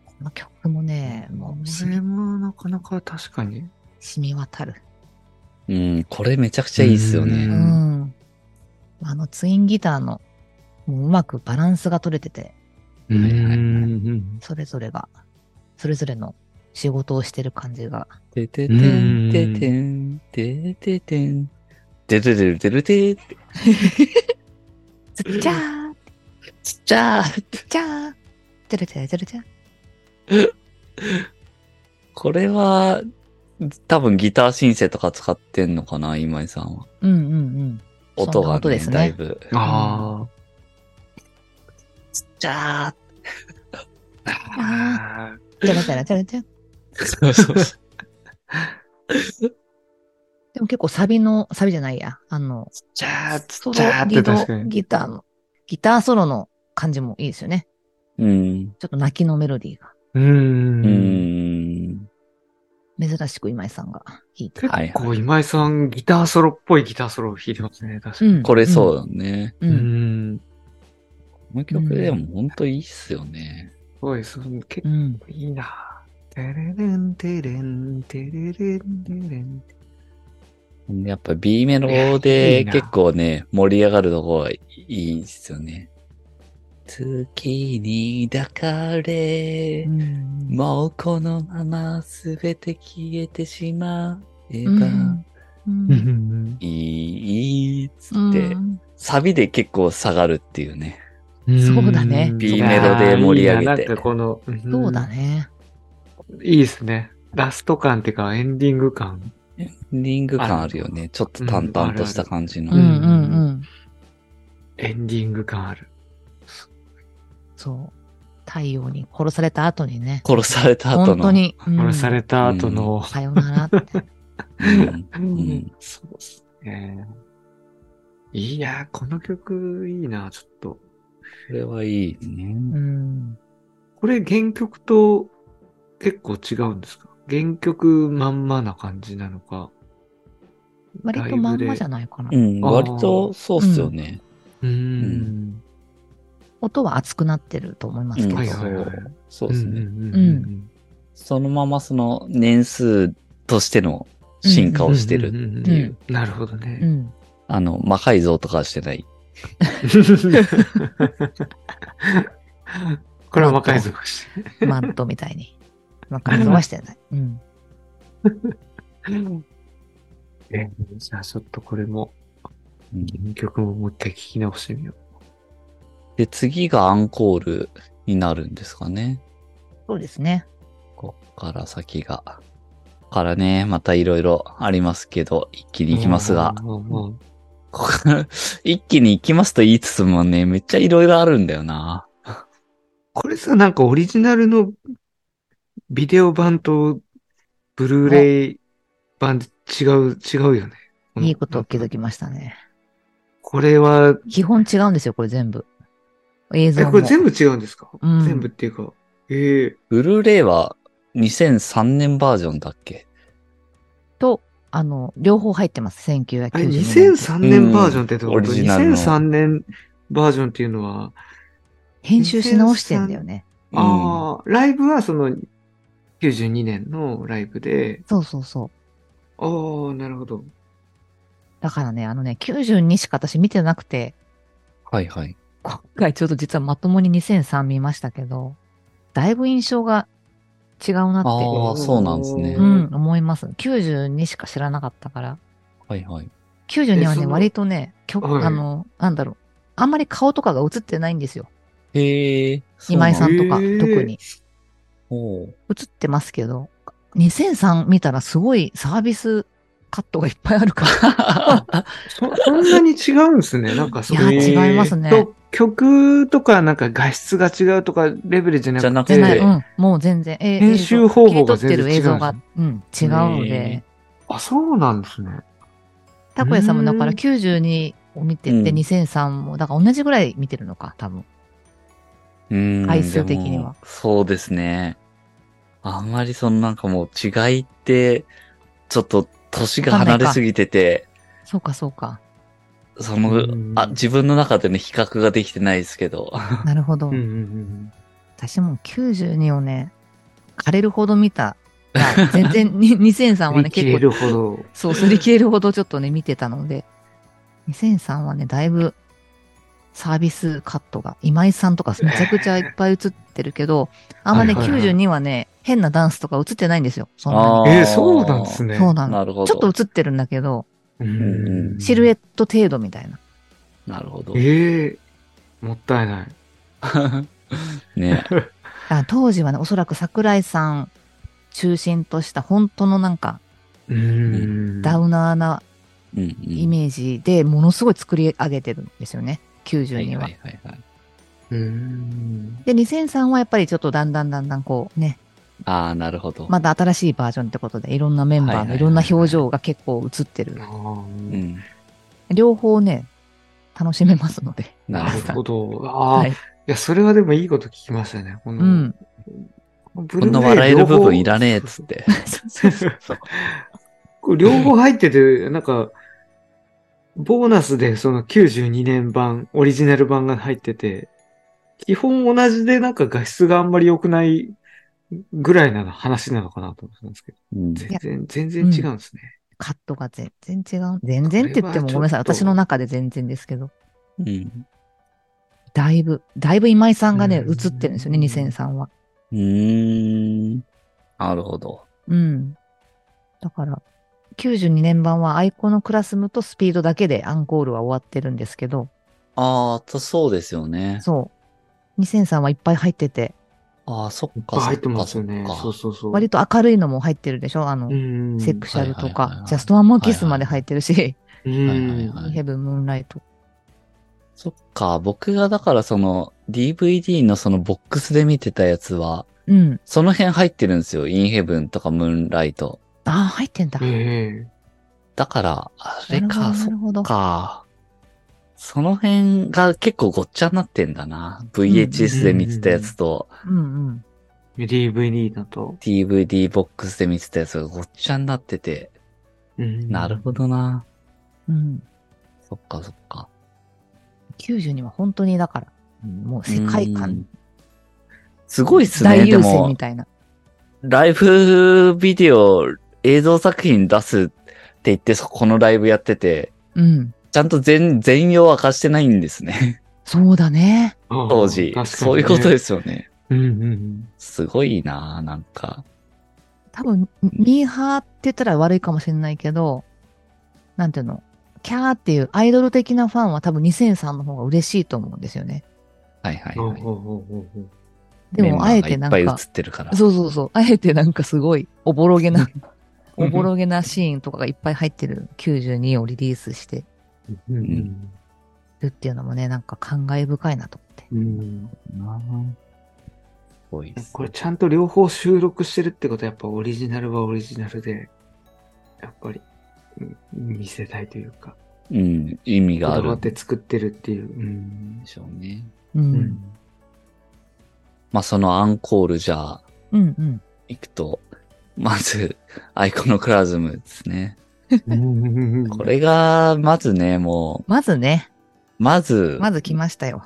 S2: この曲もね、
S3: あ。
S2: も
S3: こ
S2: う
S3: れ
S2: 染
S3: もなかなか確かに。
S2: み染み渡る。
S1: うん、これめちゃくちゃいいっすよ
S2: う
S1: ね。
S3: ん
S2: ん。あのツインギターの、もううまくバランスが取れてて、
S3: う
S1: はいはいはい
S3: ん。
S2: それぞれが、それぞれの仕事をしてる感じが。
S1: てててんててん、てててん。てててるてるてーって、
S2: ずっちゃー
S1: ちっちゃー
S2: ずっちゃーてるてるてるてる。
S1: これは、多分ギターシンセとか使ってんのかな、今井さんは。
S2: うんうんうん。
S1: 音
S2: そんな
S1: が
S2: 音で
S1: ね、
S2: すね
S1: だいぶ。
S3: あ
S1: ちっちゃ
S2: あ
S3: あ。
S2: ーてるてるてるてる。
S1: ーそうそうそう。
S2: でも結構サビの、サビじゃないや。あの、
S3: じゃあ、つ
S2: ソ
S3: っ
S2: ロ
S3: ちゃーっ
S2: リ
S3: て
S2: ド
S3: 確かに。
S2: ギターの、ギターソロの感じもいいですよね。
S1: うん。
S2: ちょっと泣きのメロディーが。
S3: う。
S1: うんん。
S2: 珍しく今井さんが弾いて。
S3: 結
S1: はいは
S3: 構今井さんギターソロっぽいギターソロを弾いてますね、確かに。
S1: これそう
S2: う。
S1: だね。
S2: うん。うん
S3: ん。
S1: この曲でもほんといいっすよね。
S3: すごい、その結構
S2: うん。
S3: いいなテレレンテレンテレレンテレン
S1: やっぱ B メロで結構ね、盛り上がるとこがいいんですよね。月に抱かれ
S2: う、ん
S1: もうこのまま全て消えてしまえば、
S2: うん
S3: うん
S1: いい、いいっつ
S2: うん
S1: って、サビで結構下がるっていうね。
S2: そうだね
S1: B メロで盛り上げて
S3: いやーいいななんかこの、ん
S2: そうだ。ね。
S3: いいですね。ラスト感っていうか、エンディング感。
S1: リング感あるよね。ちょっと淡々とした感じの。
S2: うんうんうん。
S3: エンディング感ある。
S2: そう。太陽に殺された後にね。
S1: 殺された後の。
S2: 本当に。うん
S3: 殺された後の、
S2: さよな らって。
S1: うん。
S3: うん そうですね。いやー、この曲いいな、ちょっと。
S1: これはいいね。
S2: うん。
S3: これ原曲と結構違うんですか原曲まんまな感じなのか。
S2: 割とまんまじゃないかな
S1: う。ん、
S3: あー
S1: 割とそうっすよね。
S3: うーん。
S2: 音は熱くなってると思いますけ
S1: うん
S2: ど。
S3: はいはいはい。
S1: そうですね。
S2: う
S3: ん
S2: ん
S3: ん
S1: そのままその年数としての進化をしてる。
S3: る
S1: ていう。
S3: なるほど
S2: う
S3: ね。
S2: ん。
S1: あの、魔改造とかはしてない。
S3: これは魔改造して。
S2: マットみたいに。まあ、改造はしてない。うん。
S3: えじゃあちょっとこれも、
S1: うん
S3: 原曲ももう一回聞き直してみよ
S1: で、次がアンコールになるんですかね。
S2: そうですね。
S1: こっから先が。ここからね、またいろいろありますけど、一気
S3: う。
S1: に行きますが、
S3: もうもう
S1: ここから 一気に行きますと言いつつもね、めっちゃいろいろあるんだよな。
S3: これさ、なんかオリジナルのビデオ版とブルーレイ版で違う、違うよね。
S2: いいことを気づきましたね。
S3: これは、
S2: 基本違うんですよ、これ全部。映
S3: え、
S2: 像も。
S3: これ全部違うんですか、
S2: うん
S3: 全部っていうか。ええ
S1: ブルーレイは2003年バージョンだっけ
S2: と、あの、両方入ってます、1992
S3: あれ、
S2: 年。
S3: 2003年バージョンってどういうこと、
S1: うんオリジナルの
S3: 2003年バージョンっていうのは、
S2: 編集し直してんだよね。
S1: あ。
S3: ああ、ライブはその92年のライブで、
S2: そうそうそう。
S3: ああ、なるほど。
S2: だからね、あのね、92しか私見てなくて、
S1: はいはい。
S2: 今回ちょっと実はまともに2003見ましたけど、だいぶ印象が違うな
S1: あ
S2: っ
S1: あ、そうなんですね
S2: て、う。ん、思います。92しか知らなかったから。
S1: はいはい。
S2: 92は
S3: えそ
S2: ね、
S3: の
S2: 割とね、曲、
S3: はい
S2: あの、なんだろう、あんまり顔とかが映ってないんですよ。
S1: へえ。そう
S2: 今
S1: なん
S2: 井
S1: だ
S2: さんとか、
S3: へー
S2: 特に。
S1: おう
S2: 映ってますけど、 2003見たらすごいサービスカットがいっぱいあるから。
S3: そそんなに違うんですね。なんかそ
S2: い
S3: こ
S2: や、
S1: ういう
S2: 違いますね。
S3: と曲とかなんか画質が違うとかレベルじゃな
S1: じゃな
S3: く
S1: くて
S2: じゃない、
S3: て
S2: う、ん、もう全然。え
S3: 編集方法が
S2: 映像切り取って
S3: 全然
S2: る映像が、うん、違うので
S1: ね。
S3: あ、そうなんですね。
S2: たこやさんもだから
S3: うん
S2: 92を見てて、
S1: うん
S2: 2003も、だから同じぐらい見てるのか、多分。
S1: うん
S2: 回数的には
S1: でもそうですね。あんまりそのなんかもう違いって、ちょっと年が離れすぎてて、
S2: そうか、そう か。
S1: そうの
S3: ん、
S1: あ、自分の中での比較ができてないですけど。
S2: なるほど。
S3: うんうんうん
S2: 私もう92をね、枯れるほど見たら。全然に、2003
S3: うん。
S2: はね、
S3: 見切
S2: 結構
S3: れるほど。
S2: そう、擦り切れるほどちょっとね、見てたので、2003はね、だいぶサービスカットが、今井さんとかめちゃくちゃいっぱい映ってるけど、あんまね、
S3: はいはいはい
S2: 92はね、変なダンスとか映ってないんですよ。そんな
S1: あ ー
S3: えー、そうなんです
S2: に
S3: ね。
S2: そうなの。
S1: なるほど。
S2: ちょっと映ってるんだけど、
S3: うん
S1: うん
S2: シルエット程度みたいな。
S1: なるほど。
S3: ええもったいない。
S1: ね
S2: だから当時はね、おそらく桜井さん中心とした本当のなんか、
S3: うーん。
S2: ダウナーな
S1: うんうん。
S2: イメージでものすごい作り上げてるんですよね、
S1: は
S2: 92
S1: い
S2: は。
S1: はいはいはい。
S3: うーん。
S2: で、2003はやっぱりちょっとだんだんだんだんこうね、
S1: ああ、なるほど。
S2: まだ新しいバージョンってことで、いろんなメン
S1: はい
S2: バー
S1: はい
S2: の
S1: はい
S2: いろんな表情が結構映ってる
S3: あ。
S1: う
S3: ー
S1: ん。
S2: 両方ね、楽しめますので。
S1: な
S3: な
S1: る
S3: る
S1: ほ
S3: ほ
S1: ど。
S3: ど。ああ、、
S2: はいい。
S3: や、それはでもいいこと聞きましたね。この
S2: うん。
S1: こ
S3: ブルーレイ
S1: んな笑える部分いらねえっ
S3: 両方
S1: つって。
S2: そうそうそうそう
S3: こう両方入ってて、なんか、ボーナスでその92年版、オリジナル版が入ってて、基本同じでなんか画質があんまり良くないぐらいな話なのかなと思ったんですけど、
S1: うん
S3: 全然、全然違うんですね。
S2: カットが全然違う。全然って言ってもごめんなさい。
S3: これはちょっと
S2: 私の中で全然ですけど。
S1: うん。
S2: だいぶ、だいぶ今井さんがね、
S3: うん
S2: 映ってるんですよね、2003は。
S1: うーん。なるほど。
S2: うん。だから、92年版はアイコのクラスムとスピードだけでアンコールは終わってるんですけど、
S1: ああ、とそうですよね。
S2: そう。2003はいっぱい入ってて、
S1: ああ、そっ
S3: いっ
S1: か。
S3: ぱい
S1: そ
S3: 入
S1: っ
S3: ってま
S1: か
S3: すよね。そ
S1: そうっ
S3: そうそう。
S2: 割と明るいのも入ってるでしょあの
S3: う、ん、
S2: セクシャル
S1: は
S2: と
S1: いはいはい
S2: か
S1: は、い
S2: ジャストワンモンキスまで入ってるし、
S3: う
S1: はいはい
S3: ん
S1: はい
S2: ヘブンムーンライト。
S1: そっか。僕がだからその DVD のそのボックスで見てたやつは、
S2: うん。
S1: その辺入ってるんですよ。インヘブンとかムーンライト。
S2: ああ、入ってんだ。
S3: え
S1: だから、あれか、
S2: な
S1: そ
S2: るほど。なるほど
S1: っか。その辺が結構ごっちゃになってんだな。VHS で見てたやつと
S2: うんうん。
S3: え DVD だと。
S1: DVD ボックスで見てたやつがごっちゃになってて。
S3: うん
S1: なるほ。どな。
S2: うん。
S1: そっかそっか。
S2: 92は本当にだから、うんもう世界
S1: うん
S2: 観、。
S1: すごいっすね。
S2: 大
S1: で
S2: 優勢
S1: も
S2: み、たいな。
S1: ライブビデオ、映像作品出すって言って、そこのライブやってて、
S2: うん。
S1: ちゃんと全、全容明かしてないんですね。
S2: そうだね。
S1: 当時。
S3: ああ確かに
S1: そ
S3: ね
S1: ういうことですよね。
S3: うんうんうん。
S1: すごいなぁ、なんか。
S2: 多分、ミーハーって言ったら悪いかもしれないけど、なんていうの、キャーっていうアイドル的なファンは多分2003の方が嬉しいと思うんですよね。
S1: はいはい
S3: ほう
S1: はい。
S3: ほうほうほうほう
S2: でも、あえてなんか、
S1: メンバーがいっぱい映ってるから。
S2: そうそうそう。あえてなんかすごい、おぼろげな、おぼろげなシーンとかがいっぱい入ってる92をリリースして
S3: うんうん
S2: るっていうのもね、なんか感慨深いなと思って。
S3: うん
S1: なぁすごいっす
S3: これちゃんと両方収録してるってことはやっぱオリジナルはオリジナルで、やっぱりうん見せたいというか、
S1: うん、意味
S3: こ
S1: があ
S3: だわ
S1: る
S3: っ
S1: んで
S3: て作ってるっていう。うん
S1: しょうね。
S2: う。
S3: うんん
S1: まあ、そのアンコールじゃあ、
S2: うんうん。
S1: 行くと、まず、アイコノクラズムですね。
S3: うん
S1: これが、まずね、も
S2: まずね、
S1: う、まず、
S2: まず来ましたよ。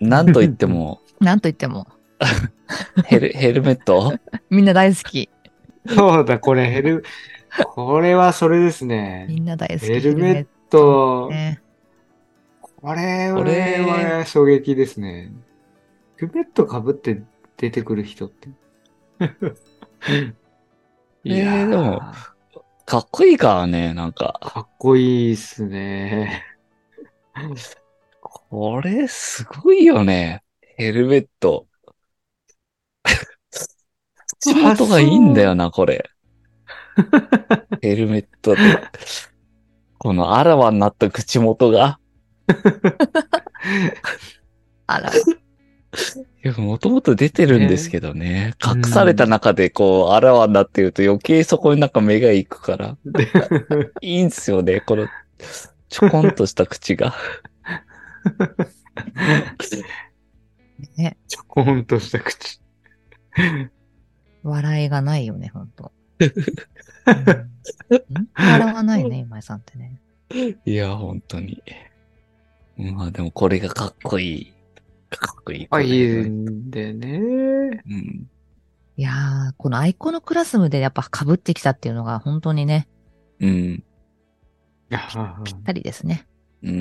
S1: なんと言っても、
S2: なんと言っても、
S1: ヘル、ヘルメット
S2: みんな大好き。
S3: そうだ、これヘル、これはそれですね。
S2: みんな大好き。
S3: ヘルメット、
S2: ね。
S3: これ
S1: これ
S3: は衝撃ですね。ヘルメット被って出てくる人 って。いや
S1: えーでも
S3: ー、
S1: かっこいいからね、なんか。
S3: かっこいいっすね。
S1: これ、すごいよね。ヘルメット。口元がいいんだよな、これ。ヘルメットで、このあらわになった口元が、
S2: あら、
S1: いや、もともと出てるんですけどね。隠された中でこう、あらわになってると余計そこになんか目が行くから、
S3: で
S1: いいんすよね、この、ちょこんとした口が。
S2: ね、
S3: ちょこんとした 口。
S2: 笑いがないよね、ほんと。うん本当笑わないよね、今井さんってね。
S1: いや、本当に。まあでもこれがかっこいい。かっこいい。
S3: あ、いいんでね。
S1: うん。
S2: いやー、このアイコのクラスムでやっぱ被ってきたっていうのが本当にね、
S1: うん。
S3: あー
S2: たりですね。
S1: うん。う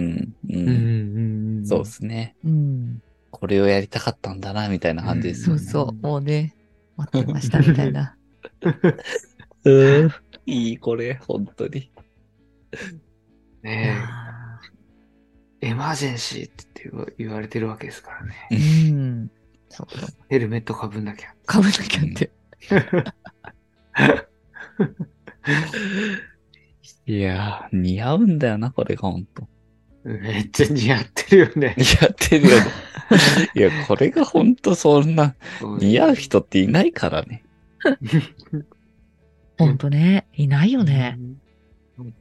S3: うん
S1: ん。
S3: うんうん。
S1: そうですね。
S2: うん。
S1: これをやりたかったんだな、みたいな感じです
S2: そ
S1: よ
S2: う
S1: ね。
S2: そう、もうね、待ってましたみたいな。
S1: うん。いい、これ、本当に。
S2: い
S3: ね
S2: や
S3: えエマージェンシーって言わ言われてるわけですからね。
S2: ーうん。そうそう。
S3: ヘルメットかぶんなきゃ。
S2: 被んなきゃって。
S1: いやー、似合うんだよな、これが本当。
S3: めっちゃ似合ってるよ ね。
S1: 似合ってるよね。いや、これが本当そんな、似合う人っていないからね。
S2: ほんとね、いないよね。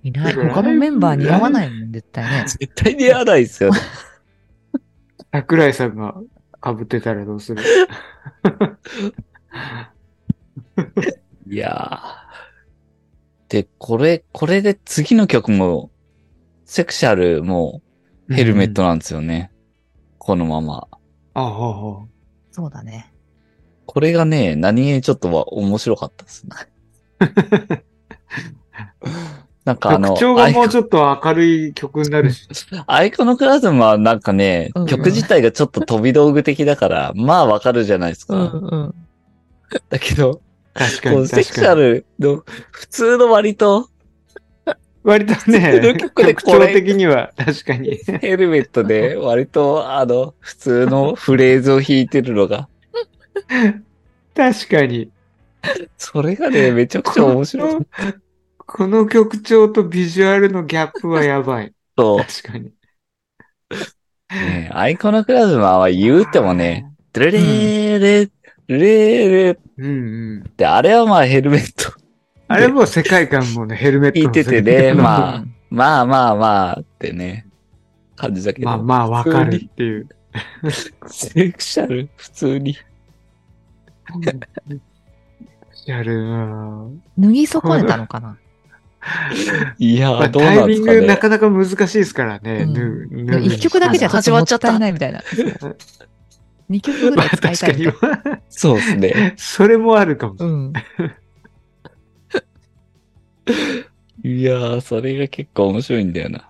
S2: いない。
S3: うん
S2: 他のメンバー似合わないもん、絶対ね。
S1: 絶対似合わないですよね。
S3: 桜井さんが被ってたらどうする
S1: いやー。で、これ、これで次の曲も、セクシャルも ヘルメット
S3: うん。
S1: なんですよね。このまま。
S3: ああ、ほうほ
S2: そうだね。
S1: これがね、何気にちょっとは面白かったですね。 なんかあ
S3: う
S1: の、
S3: 曲調がもうちょっと明るい曲になるし。
S1: アイコのクラズムはなんかね、
S2: うん
S1: 曲自体がちょっと飛び道具的だから、まあわかるじゃないですか。
S2: うん。
S1: だけど、
S3: 確か
S1: こう
S3: に
S1: セクシャ
S3: 確かに。
S1: ルの普通の割と
S3: 割と
S1: 普通
S3: ね
S1: の、曲で
S3: 曲
S1: これ
S3: 調的には確 かに。
S1: ヘルメット で割とあの普通のフレーズを弾いてるのが、
S3: 確かに。
S1: それがね、めちゃくちゃ面白い。
S3: この曲調とビジュアルのギャップは やばい。
S1: そう
S3: 確かに。
S1: ねアイコのクラズムは言うてもね、ドゥルレーレ、ルレーレっ
S3: うんうん。
S1: て、あれはまあヘルメット。
S3: あれもう世界観もね、ヘルメット
S1: 弾いててね、
S3: の
S1: まあ、まあまあまあってね、感じだけど。
S3: まあまあわかるっていう。
S1: セクシャル普通に。
S3: やるなぁ
S2: 脱ぎ損ねたのかない
S1: や
S3: まあ
S1: ー、どうな
S3: タイ
S1: んで
S3: ミ
S1: す
S3: ン
S1: か
S3: グ
S1: ね
S3: な。かなか難しいですからね。
S2: うん
S3: ぬぬ
S2: でも一曲だけじゃ始まっちゃったいないみたいな。
S3: そう
S2: 二曲ぐ
S3: ま
S2: ら
S3: あ
S2: い使い た
S3: 確か
S2: いみ
S3: に
S2: たい。
S1: そうですね。
S3: それもあるかも。
S2: うん。
S1: いやー、それが結構面白いんだよ な。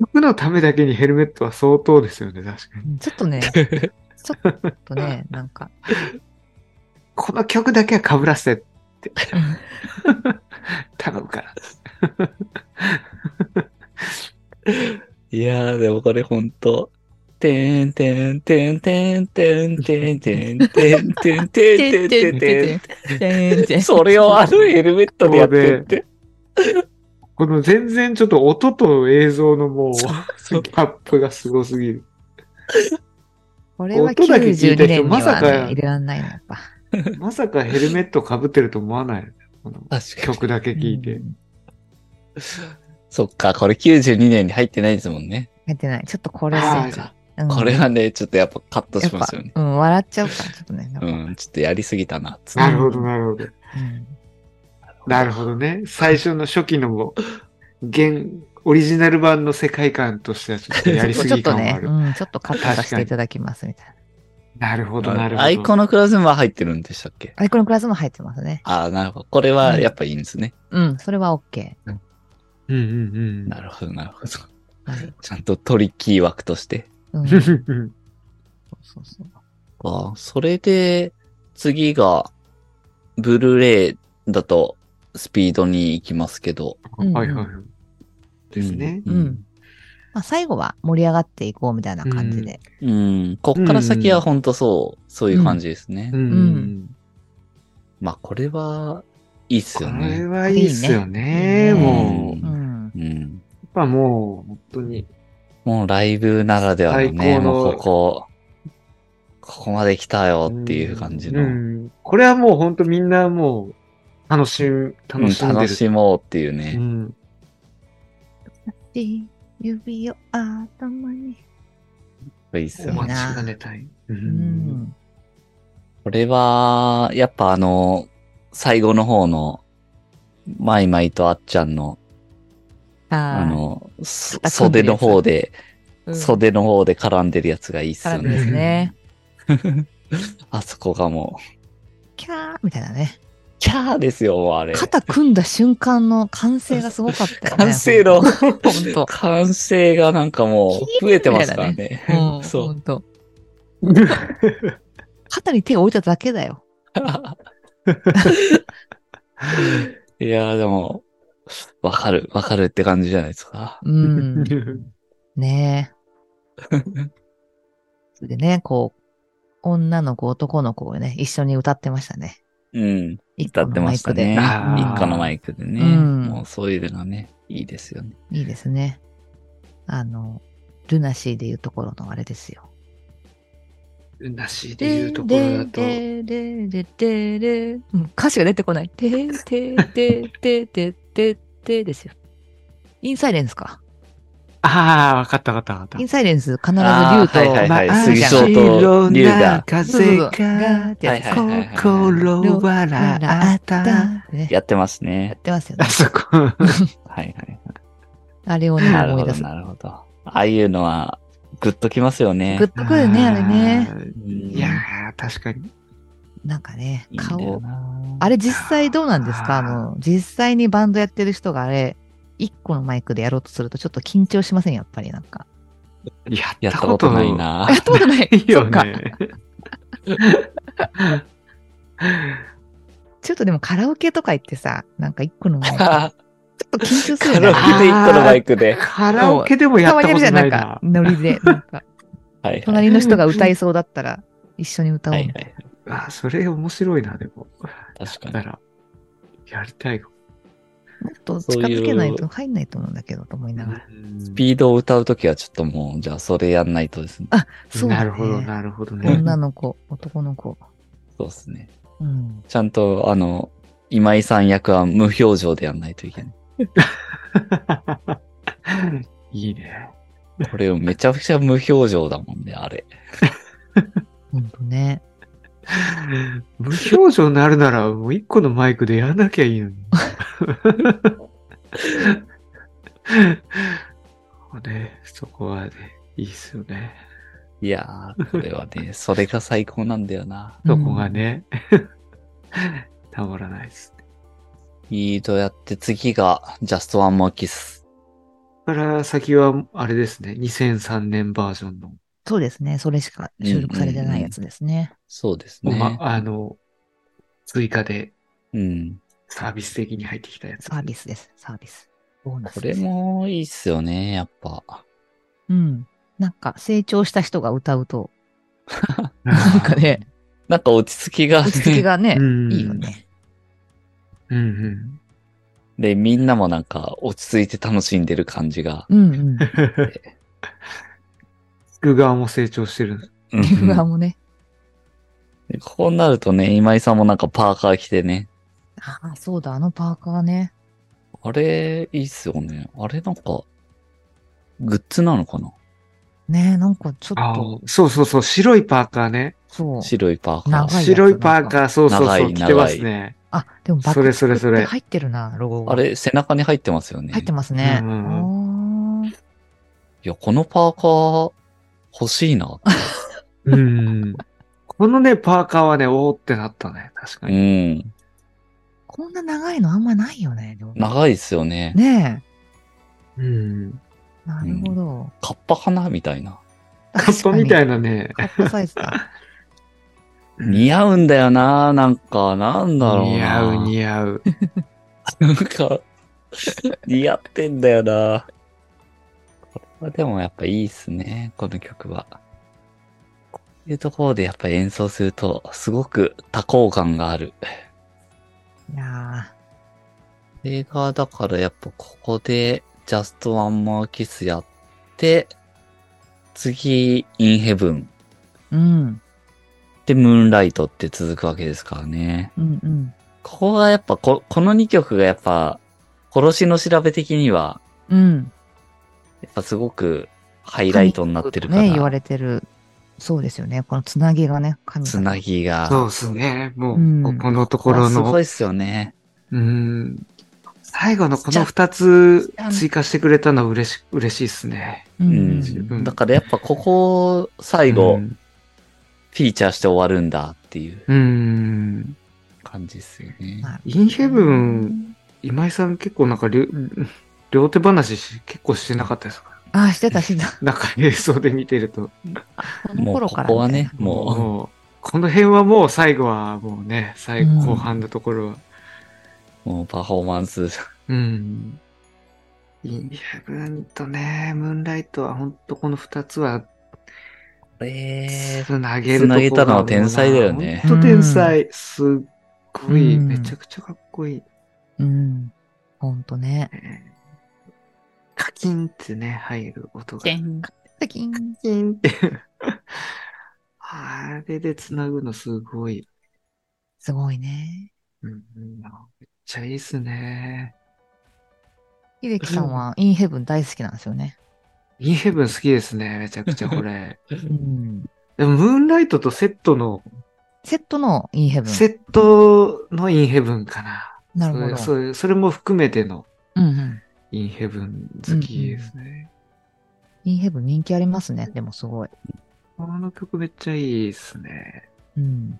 S3: 曲のためだけにヘルメットは相当ですよね、確かに。
S2: ちょっとね、ちょっとね、なんか。
S3: この曲だけは被らせてって。頼むから。
S1: いやー、でもこれほんと。てんてんてんてんてんてんてんてんてんてんてんてんてん
S2: てん
S1: それをあのヘルメットでやってって。
S3: この全然ちょっと音と映像のもう、ギ
S1: そう
S3: ャップがすごすぎる。
S2: これは
S3: 音だけ聞
S2: 92
S3: いた人
S2: 年には、ね、
S3: まさか
S2: 入れらんないな、やっぱ。
S3: まさかヘルメット被ってると思わないよね。この
S1: 確かに。
S3: 曲だけ聴いて。
S2: うん
S1: そっか、これ92年に入ってないですもんね。
S2: 入ってない。ちょっとこれ
S3: あ
S2: は、
S3: あ
S2: うん
S1: これはね、ちょっとやっぱカット
S2: やっ
S1: しま
S2: ぱ
S1: すよね。、
S2: うん、笑っちゃうから、ちょっとね。なんか
S1: うん、ちょっとやりすぎたな、つって
S3: なるほど、なるほど。
S2: うん
S3: なるほどね。最初の初期のも、現、オリジナル版の世界観としてはちょっとやりす
S2: ちょっ
S3: ぎ
S2: と
S3: 感はあ
S2: ね、
S3: る。
S2: うん、ちょっとカットさせていただきますみたいな。
S3: なるほど、なるほど。
S1: アイコのクラズムは入ってるんでしたっけ
S2: アイコのクラスも入ってますね。
S1: ああ、なるほど。これはやっぱいいんですね。
S2: うん、それは OK。
S3: うんうん
S1: なるほど、なるほど。ち
S2: はい。
S1: ゃんとトリッキー枠として。
S2: うん、
S3: う
S2: そうん
S3: うん。
S2: そうそう。
S1: ああ、それで、次が、ブルーレイだと、スピードに行きますけど。
S2: うん
S3: はいはいはい。ですね。
S1: うん。うん
S2: まあ、最後は盛り上がっていこうみたいな感じで。
S1: うんこっから先はほんとそう、そういう感じですね。
S3: うん。
S2: ん
S1: まあ、これは、いいっす
S3: こ
S1: よ
S3: れ
S1: ね。
S3: はいいっすよ
S2: い
S3: ね、
S2: いね
S3: も
S2: う
S3: う。やっ
S2: ん。
S1: うん。
S3: ぱもう、本当に。
S1: もうライブならではの
S3: 最
S1: ね、
S3: 高の
S1: もうここ、ここまで来たよっていう感じの。
S3: う
S1: うん
S3: ん。これはもう本当みんなもう、楽しむ、楽しんでる。
S1: 楽しもうっていうね。
S3: うん。
S2: 指を頭に。
S1: いいっす
S3: お
S1: よね。
S3: 待ちがねたい。う。
S2: うんん。
S1: これは、やっぱあの、最後の方の、マイマイとあっちゃんの、あ
S2: あ
S1: の、そ
S2: あ組
S1: 袖
S2: んでるや
S1: の
S2: つ
S1: 方で、
S2: あ、
S1: 袖の方で絡んでるやつがいいっす
S2: から
S1: よ
S2: で
S1: ね。
S2: すね。
S1: あそこがもう、
S2: キャーみたいなね。
S1: キャーですよ、もうあれ。
S2: 肩組んだ瞬間の歓声がすごかったよね。
S1: 完成の、
S2: 本当。
S1: 完成がなんかもう、増えてますからね。
S2: うん、
S1: そ
S2: ほ
S1: う。
S2: んと肩に手を置いただけだよ。
S1: いやーでも、わかる、わかるって感じじゃないですか。
S2: うん。ねえ。それでね、こう、女の子、男の子をね、一緒に歌ってましたね。
S1: うん。
S2: 一
S1: 歌
S2: 個
S1: って
S2: のマ
S1: ま
S2: イ
S1: した
S2: クで。
S1: ね。
S3: あー
S1: 一個のマイクでね。
S2: うん
S1: もうそういうのがね、いいですよね。
S2: いいですね。あの、ルナシーでいうところのあれですよ。
S3: なしでいうところだと。
S2: でででででうん歌詞が出てこない。でででででででですよ。インサイレンスか。
S3: ああ、わかったわかったわかった
S2: イン。サイレンス必ず竜と、
S1: あーはいはいはい
S2: まあ
S1: 杉
S2: あるじゃん
S1: 翔と龍が
S3: 風
S2: そうそう
S3: が
S2: ってやつ
S1: はいはいはい
S3: 心笑
S2: あ
S3: あ
S2: っ
S3: ったた。
S2: ねや
S1: やってますね
S2: っ。てますよね
S3: あ。そこ。
S1: はいはい。
S2: あれをね、
S1: なる
S2: 思い
S1: ほ
S2: 出
S1: ど、
S2: す。
S1: なるほど。ああいうのは、グッときますよね
S2: グッ。とくるね、あれね。
S1: うん
S3: いやー、確かに。
S2: なんかね
S1: い、いんだよ
S2: 顔。
S1: な
S2: あれ実際どうなんですかあ
S3: あー
S2: の、実際にバンドやってる人があれ、一個のマイクでやろうとするとちょっと緊張しませんやっぱりなんか。
S1: やったことない。な
S2: や。ったことない。
S3: いい
S2: そ
S3: よ
S2: っか
S3: ね。
S2: ちょっとでもカラオケとか行ってさ、なんか一個の マイク、ちょっ
S1: カ
S2: と緊張する
S1: ラオケ
S2: よ
S1: で
S2: ね。
S3: あ
S1: 一個のバイクで。
S3: カラオケでもや
S2: た
S3: っ
S2: ま
S3: た
S2: にやるじゃ
S3: こ
S2: ん、
S3: と
S2: な
S3: なんい
S2: か
S3: な。
S2: ノリ で。なんか、
S1: はいはい。
S2: 隣の人が歌いそうだったら一緒に歌おう
S1: は
S2: み
S1: い
S2: たい
S1: は。
S2: ない
S3: あ、それ面白いな、でも。
S1: 確か
S3: だ
S1: に。
S3: から、やりたいかも。
S2: もっと近づけないと入んないと思うんだけどと思いながら。
S1: スピードを歌うときはちょっともう、じゃあそれやんないとですね。
S2: そうだね
S3: なるほど、なるほどね。
S2: 女の子、男の子。
S1: そうですね。
S2: うん。
S1: ちゃんと、あの、今井さん役は無表情でやんないといけない。
S3: いいね。
S1: これをめちゃくちゃ無表情だもんね、あれ。
S2: ほんとね。
S3: 無表情になるなら、もう一個のマイクでやんなきゃいいのに。 ね、そこはね、いいっすよね。
S1: いやー、これはね、それが最高なんだよな。
S3: そこがね、たまらないです。
S1: いいとやって次が、ジャストワンモーキス。
S3: だから先は、あれですね、2003年バージョンの、
S2: そうですね。それしか収録されてないやつですね。
S1: そうです
S3: ま
S1: ね。
S3: あの、追加で
S1: うん。
S3: サービス的に入ってきたやつ。
S2: サービスです。サービス。ボーナ
S1: こ
S2: ス
S1: れ
S2: です。
S1: もいいっすよね、やっぱ。
S2: うん。なんか成長した人が歌うと、
S3: な
S2: なんか、ね、
S1: なんか落ち着きが、ね、
S2: 落ち着きが ね
S3: う、ん、
S2: いいよ。ね。
S3: うんうん。
S1: で、みんなもなんか落ち着いて楽しんでる感じが。
S2: うんうん。
S3: 聞く側も成長してるんです。
S1: うん
S2: 曲側もね。
S1: でここになるとね、今井さんもなんかパーカー着てね。
S2: ああ、そうだ、あのパーカーね。
S1: あれ、いいっすよね。あれなんか、グッズなのかな
S2: ねえ、なんかちょっ
S3: あ
S2: と、
S3: そうそうそう、白いパーカーね。
S2: そう。
S1: 白いパーカー。
S2: 長いやつ
S3: 白いパーカー、そうそう
S1: 長
S3: そ、
S1: いう
S3: 着てますね。
S2: あ、でもバッ
S3: そ
S2: ク
S3: れ
S2: チ
S3: そ
S2: ック
S3: れ
S2: っ
S3: それ
S2: て入ってるな、ロゴが。
S1: あれ、背中に入ってますよね。
S2: 入ってますね。
S3: う
S2: あー
S1: いや、このパーカー、欲しいな。
S3: うん。このね、パーカーはね、おおってなったね。確か
S1: う
S3: に。
S1: ん。
S2: こんな長いのあんまないよね、ロゴ
S1: 長いですよね。
S2: ね
S3: うん。
S2: え。なるほど。
S1: カッパかなみたいな。
S3: カッパみた
S2: い
S3: いなね。
S2: カッパサイズだ。
S1: 似合うんだよな。なんか、なんだろうな。
S3: 似合う、似合う。
S1: なんか、 似合ってんだよな。これはでもやっぱいいっすね、この曲は。こういうところでやっぱ演奏すると、すごく多幸感がある。
S2: いや
S1: れが、だからやっぱここで、ジャストワンマーキスやって、次、インヘブン。
S2: うん。
S1: で、ムーンライトって続くわけですからね。
S2: うんうん。
S1: ここがやっぱこ、この2曲がやっぱ、殺しの調べ的には、
S2: うん。
S1: やっぱすごくハイライトになってるから、
S2: ね、言われてる。そうですよね。このつなぎがね、神が
S1: つなぎが、
S3: そうですね。もう、
S2: うん
S3: ここのところ
S1: すご
S3: の
S1: い、っすよね。
S3: うん。最後のこの二つ追加してくれたのは嬉し、嬉しいですね。
S2: うんうん
S1: 自
S3: 分
S1: だからやっぱここを最後、
S3: うん
S1: フィーチャーして終わるんだっていう
S3: うん。
S1: 感じですよね。
S2: まあ
S3: インヘブン、今井さん結構なんか両、両手話し結構してなかったですか
S2: ああ、してた、してた。
S3: なんか映像で見てる
S2: こ
S3: と。
S2: の
S1: もう
S2: 頃
S1: こ
S2: から、
S1: こはね、も
S3: もう、この辺はもう最後はもうね、最
S2: うん
S3: 後後半のところは。
S1: う、もうパフォーマンス、
S3: うん。インヘブンとね、ムーンライトは本当この二つは
S1: これ、
S3: つなげるとこが
S1: つなげたのは天才だよね
S3: ほんと天才。すっごい、
S2: うん
S3: めちゃくちゃかっこいい。
S2: うん。ほんとね。
S3: ねカキンってね、入る音が。
S2: ン。カキン。
S3: カキンって。 あれでつなぐのすごい。
S2: すごいね。
S3: うん、めっちゃいいっすね。
S2: 秀樹さんはインヘブン大好きなんですよね。
S3: インヘブン好きですね、めちゃくちゃこれ。
S2: うん。
S3: でも、ムーンライトとセットの、
S2: セットのインヘブン。
S3: セットのインヘブンかな。
S2: なるほど。
S3: それそれそれも含めての
S2: うんうん。
S3: インヘブン好きですね。
S2: インヘブン人気ありますね。でもすごい。
S3: この曲めっちゃいいですね。
S2: うん。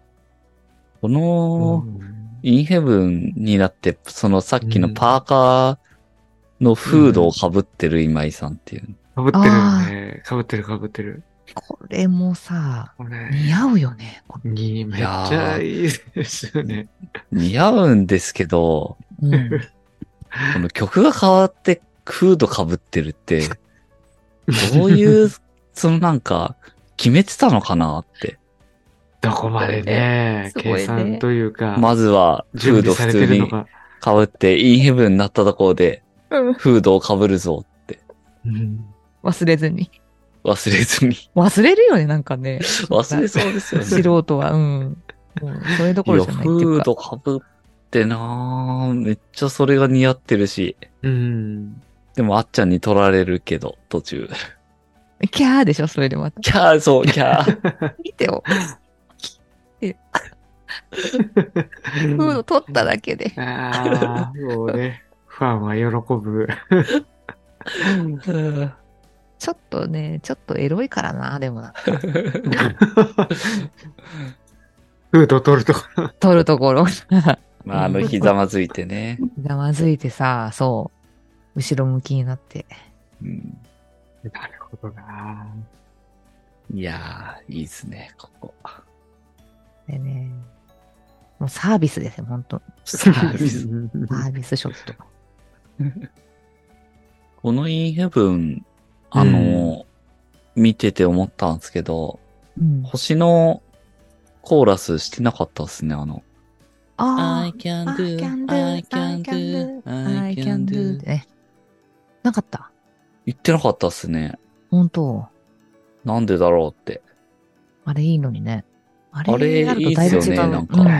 S1: この、
S3: うん
S1: インヘブンになって、そのさっきのパーカーのフードを被ってる今井さんっていう。
S3: かぶってるよね。かぶってるかぶってる。
S2: これもさ、
S3: これ、
S2: 似合うよね。こ
S3: にめっちゃいいですよね。
S1: 似合うんですけど、
S2: うん。
S1: この曲が変わってフード被ってるって、どう いう、そのなんか、決めてたのかなって。
S3: どこまでね、
S2: すごいね
S3: 計算というか、
S1: まずは、フ
S3: 準
S1: ード
S3: 備さ
S1: 普
S3: れ
S1: 通
S3: てる
S1: に
S3: の
S1: 被
S3: が。
S1: って、インヘブンになったところで、 フードを被るぞって
S3: うん
S2: 忘れずに。
S1: 忘れずに。
S2: 忘れるよね、なんかね。
S1: 忘れそうですよね。
S2: 素人は、うん。もうそれどこ
S1: い
S2: ろ
S1: や、
S2: じゃないってい
S1: フ
S2: う
S1: ー
S2: か。
S1: ドかぶってなぁ。めっちゃそれが似合ってるし。
S3: うん。
S1: でも、あっちゃんに取られるけど、途中。
S2: キャーでしょ、それでまた。
S1: キャー、そう、キャー。
S2: 見てよ。フード取っただけで。
S3: ああ、もうね、ファンは喜ぶ。
S1: うん
S2: ちょっとね、ちょっとエロいからな、でも。
S3: フード取るとこ
S2: 取るところ。
S1: まあ、あの、ひざまずいてね。
S2: がまずいてさ、そう。後ろ向きになって。
S1: うん
S3: なるほどな。
S1: いやー、いいですね、ここ。
S2: でね。もうサービスですよ、本当
S1: サービス
S2: サービスショット。
S1: このインヘブン、あの、見てて思ったんですけど、
S2: うん。
S1: 星のコーラスしてなかったっすね、あの。
S2: あ
S1: I can
S2: あ、I can
S1: do,
S2: do,
S1: I can do,
S2: I
S1: I
S2: can
S1: can
S2: do
S1: do.
S2: ってね。なかった
S1: 言ってなかったっすね。
S2: 本当
S1: なんでだろうって。
S2: あれいいのにね。あ
S1: あれ
S2: れやるとだいぶ違
S1: いいっ
S2: う。
S1: すよねなんか
S2: う
S3: うん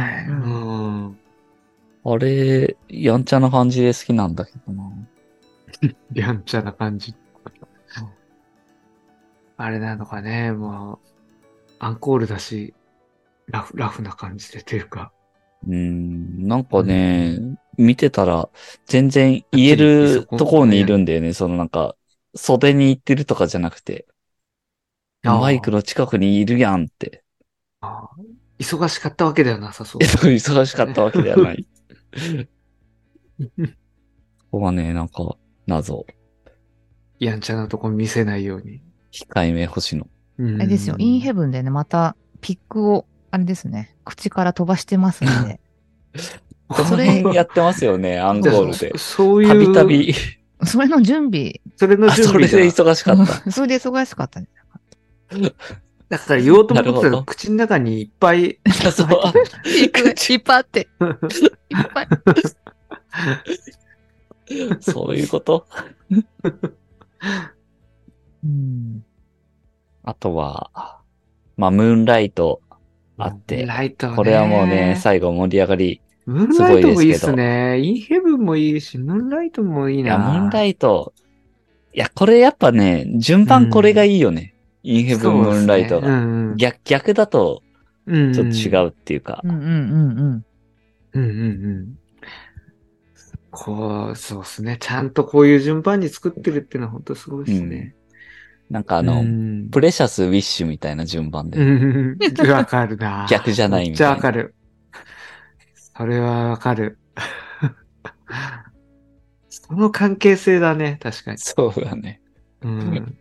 S2: うん
S3: ん。
S1: あれ、やんちゃな感じで好きなんだけどな。
S3: やんちゃな感じ。あれなのかね、もう、アンコールだし、ラフ、ラフな感じでというか。
S1: うーん、なんかね、見てたら、全然言えるところにいるんだよね。そのなんか、袖に行ってるとかじゃなくて、
S3: あー
S1: マイクの近くにいるやんって。
S3: あー忙しかったわけではなさそう
S1: え。 っと、忙しかったわけではない。ここはね、なんか、謎。
S3: やんちゃなとこ見せないように。
S1: 控えめ星野。
S3: うん
S2: あれですよ、インヘブンでね、またピックを、あれですね、口から飛ばしてますの で、
S1: そ れやってますよね、アンコール
S3: じゃ
S1: で
S3: あそ。そういう。
S1: たびた。び、
S2: それの準備、
S3: それの
S1: あ
S3: 準
S1: そ
S3: 備
S1: れで
S3: が。
S1: 忙しかった。
S2: それで忙しかったね。
S3: だから言おうと思
S1: な
S3: ってた
S1: るほ
S3: ら、
S1: ど
S3: 口の中にいっぱい。
S1: そう
S3: 入って
S2: ピック、いっぱいあって、いっぱい。
S1: そういうこと
S2: うん。
S1: あとは、まあ、ムーンライトあって、
S3: ライトね
S1: これはもうね、最後盛り上がり。
S3: ムーンライトもいいっすね。インヘブンもいいし、ムーンライトもいい
S1: い
S3: な。
S1: や、ムーンライト、いや、これやっぱね、順番これがいいよね。インヘブン、ムーンライト
S3: そうですねう
S1: が。
S3: んうん
S1: 逆、逆だと、ちょっと違うっていうか。
S2: うんうんうん
S3: うんうんうん。こう、そうですね。ちゃんとこういう順番に作ってるっていうのは本当すごいですね。
S1: なんかあ
S3: あ
S1: の、
S3: うん、
S1: プレシャス、ウィッシュみたいな順番で。。
S3: うんうんわかるな
S1: 逆じゃない
S3: めっ
S1: み
S3: ち
S1: たい
S3: ゃ
S1: な
S3: わかる。それはわかる。その関係性だね、確かに。
S1: そうだね。
S3: うん。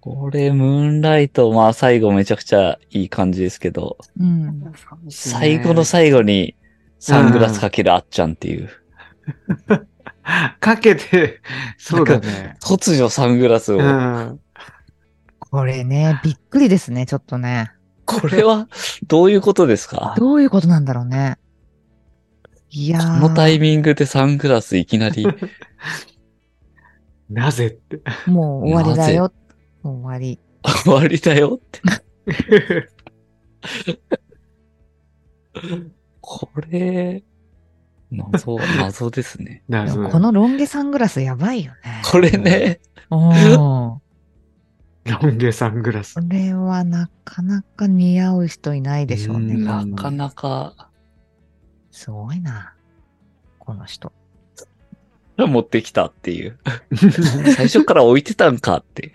S1: これ、ムーンライト、まあ最後めちゃくちゃいい感じですけど、
S2: うん。うん。
S1: 最後の最後にサングラスかけるあっちゃんっていう。
S3: かけて、そうだね。
S1: 突如サングラスを。
S3: うん。
S2: これね、びっくりですね、ちょっとね。
S1: これは、どういうことですか
S2: どういうことなんだろうね。いや
S1: こ
S2: ー。
S1: のタイミングでサングラスいきなり、
S3: なぜって。
S2: もう終わりだよ。もう終わり。
S1: 終わりだよって。これ、 謎、謎ですね。
S3: なる
S2: で
S3: ほ
S2: も
S3: ど。
S2: このロン毛サングラスやばいよね。
S1: これね、
S2: おー
S3: ロン毛サングラス
S2: こ。れはなかなか似合う人いないでしょうね
S3: う。ん
S1: なかなか、
S2: すごいな。この人。
S1: 持ってきたっていう。 最初から置いてたんかって。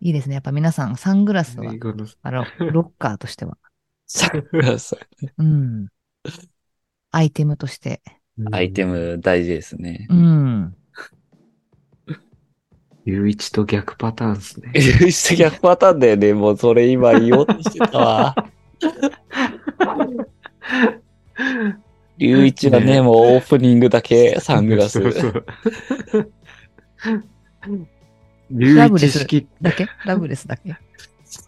S2: いいですね。やっぱ皆さん、サングラスは
S3: 最、後の
S2: あの、ロッカーとしては、
S1: サングラス。
S2: うん。アイテムとして、
S1: アイテ。ム大事ですね。
S2: うん。
S3: ゆういちと逆パターンですね。
S1: 一石逆パターンだよね。もうそれ今言おうとしてたわ。龍一はね、
S3: ね
S1: もうオープニングだけサングラス。
S3: そうそう。ゆういち式。
S2: だけラブレスだけ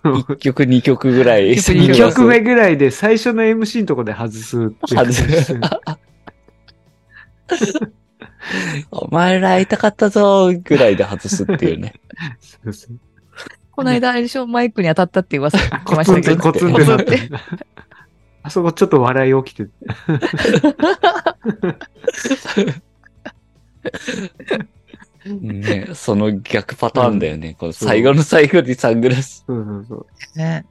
S1: 1曲2曲ぐらい。
S3: 2曲目ぐらいで最初の MC のとこで外すってい
S1: 外
S3: う。
S1: すお前ら会いたかったぞーぐらいで外すって いうね。
S3: そうそう
S2: この間、相性マイクに当たったっていう噂が来
S3: コ
S2: まし
S3: ツ
S2: た
S3: ン
S2: け
S3: で、
S2: ど。
S3: コツンでなっ
S2: コツン
S3: て。あそこちょっと笑い 起きてる。
S1: ね、その逆パターンだよね。この最後の最後にサングラス。
S3: そうそうそう。
S2: ね。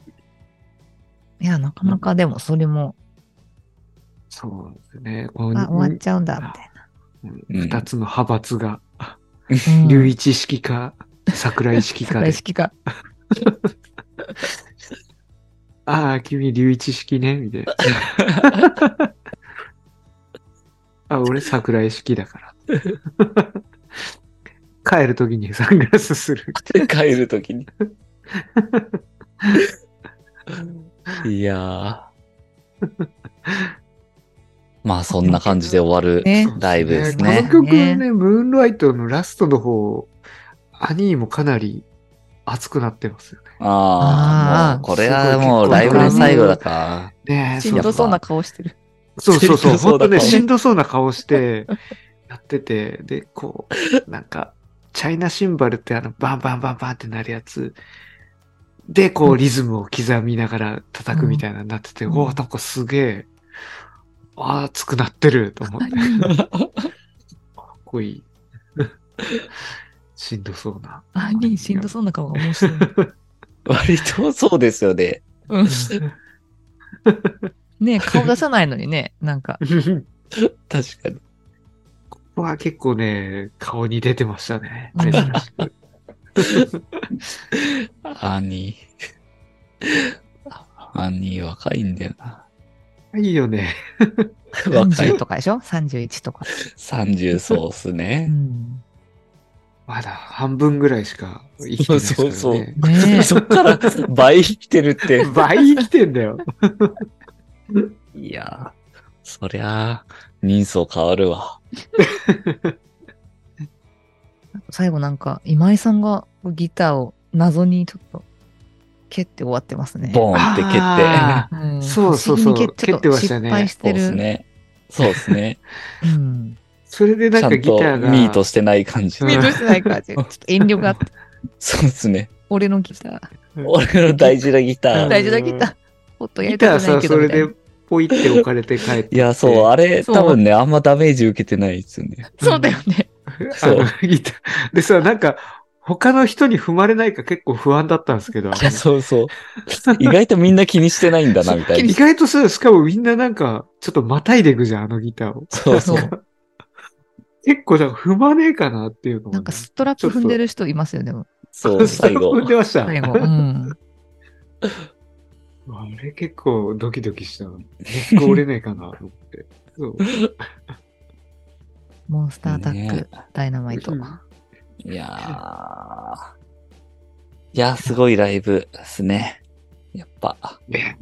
S2: いや、なかなかでも、それも、
S3: そうなんですね。こ
S2: あ、終わっ
S3: う
S2: ちゃうんだ、みたい
S1: うん
S3: 二つの派閥が、
S2: な。
S3: 龍
S2: うん
S3: 一式か、桜井式か
S2: 桜井
S3: で。
S2: 式か。
S3: ああ、君龍一式ね、みたいな。あ、俺桜井式だから。帰るときにサングラスする。
S1: 帰るときに。いやー。 まあそんな感じで終わる
S2: ね
S1: ライブです
S2: ね
S1: ね。
S3: この曲ね、ムーンライトのラストの方、アニーもかなり熱くなってますよね。
S1: ああ、
S2: あー
S1: もうこれはもうライブの最後だから。
S3: ねえ
S2: しんどそうな顔してる。
S3: そうそうそ
S1: しんど
S3: う。
S1: そうな顔
S3: 本当ね、しんどそうな顔して、やってて、で、こう、なんか、チャイナシンバルってあの、バンバンバンバンってなるやつ。で、こう、リズムを刻みながら叩くみたいなのになってて、
S2: うん
S3: おお、なんかすげえ、あー熱くなってると思って、かっこい い。しんどそうな。
S2: あ、にしんどそうな顔が面白い。
S1: 割とそうですよね。
S2: うんね顔出さないのに ね、なんか。
S1: 確かに。
S3: ここは結構ね、顔に出てました ね。
S2: うん
S3: 珍しく
S1: アニー。アニー若いんだよ な。
S3: いいよね。
S1: 若い
S2: 30。とかでしょ ?31 とか。
S1: 30そうっす
S2: う
S1: ね。
S2: ん
S3: まだ半分ぐらいしか生きてないですからね。
S1: そうそう
S2: ね
S1: そっから倍生きてるって。
S3: 倍生きてんだよ。
S1: いやー、そりゃあ、人相変わるわ。
S2: 最後なんか、今井さんがギターを謎にちょっと蹴って終わってますね。
S1: ボーンって蹴って。
S3: あ
S2: うん
S3: そうそうそう
S2: 不思議に蹴
S3: 蹴
S2: っ
S3: ってて
S2: ま
S3: ま
S2: し
S3: したた
S2: ね。失敗
S3: ね
S2: し
S1: そ
S2: て
S1: うです
S2: る。
S1: ね。そうですね。
S2: うん。
S3: ーそれで
S1: ち
S3: なん
S1: ゃ
S3: か
S1: ん
S3: ギタ
S1: と
S3: ーが。
S1: ミートしてない感じ
S3: う。ん
S2: ミートしてない感じ。ちょっと遠慮があって、
S1: そうですね。
S2: 俺のギター。
S1: 俺の大事なギタ
S3: うん
S1: ー。
S2: 大事なギター。もっとや
S3: ギ
S2: りた
S3: ター
S2: くない
S3: さ、
S2: けど
S3: そ
S2: み
S3: れ
S2: たいな
S3: で。ポイって置かれて帰って。
S1: いや、そう、あれ、
S2: そう
S1: 多分ね、あんまダメージ受けてないですよね。
S2: そうだよね。
S3: あ
S1: そう
S3: の、ギター。でさ、なんか、他の人に踏まれないか結構不安だったんですけど。
S1: いや、そうそう。 意外とみんな気にしてないんだな、みたい
S3: 意
S1: な。
S3: 外とさ、しかもみんななんか、ちょっとまたいでいくじゃん、あのギターを。
S1: そうそう。
S3: 結構、踏まねえかなっていうのもね
S2: なんかストラップ踏んでる人いますよね。
S1: そう、最後。
S3: 踏んでました。
S2: 最後。うん。
S3: あれ結構ドキドキしたな。結構折れねえかな、と思って。そう。
S2: モンスターアタック、
S1: ね
S2: ダイナマイト。
S3: うん
S1: いやー。いやー、すごいライブですね。やっぱ、
S3: ね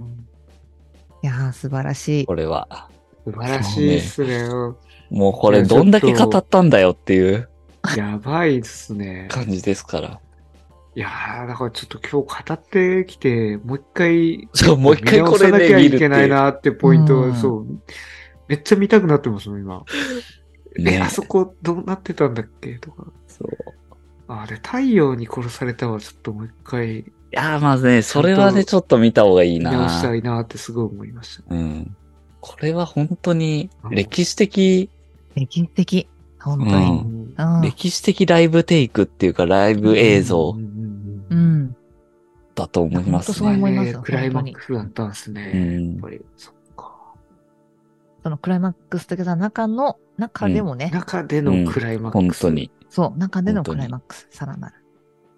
S2: いやー、素晴らしい。
S1: これは。
S3: 素晴らしいっすね。うん
S1: もうこれどんだけ語ったんだよっていう
S3: やばいっすね。
S1: 感じですから。
S3: いやー、だからちょっと今日語ってきて、もう一回、
S1: ちょ、もう一回これ
S3: 見直さな
S1: で
S3: きゃ
S1: 見
S3: い
S1: るって
S3: けない
S1: いう。
S3: なってポイント、
S2: うん
S3: そう。めっちゃ見たくなってますもん、今。え、
S1: ね
S3: あそこどうなってたんだっけとか。
S1: そう
S3: あれ、太陽に殺されたはちょっともう一回
S1: いやー、まずね、それはね、ちょっと見た方がいい
S3: 見直した
S1: な。
S3: いなってすごい思いました。
S1: うん。これは本当に歴史的、
S2: 歴史的。本当
S1: う
S2: に。
S1: ん
S2: うん。
S1: 歴史的ライブテイクっていうか、ライブ映像
S3: うんうん
S2: う
S3: うん
S2: ん。
S1: だと思いま
S2: 本当
S1: す
S2: そう
S1: ね。
S2: 思います本
S3: ね
S2: 当に
S3: クライマックスだったんですね。
S1: うん
S3: やっぱり、そっか。
S2: そのクライマックス的な中の、中でもね、
S3: 中でのクライマッ
S1: 本
S3: クス。
S1: 当に。
S2: そう、中での
S1: 本当
S2: ク
S1: に
S2: ライマックス、さらなる。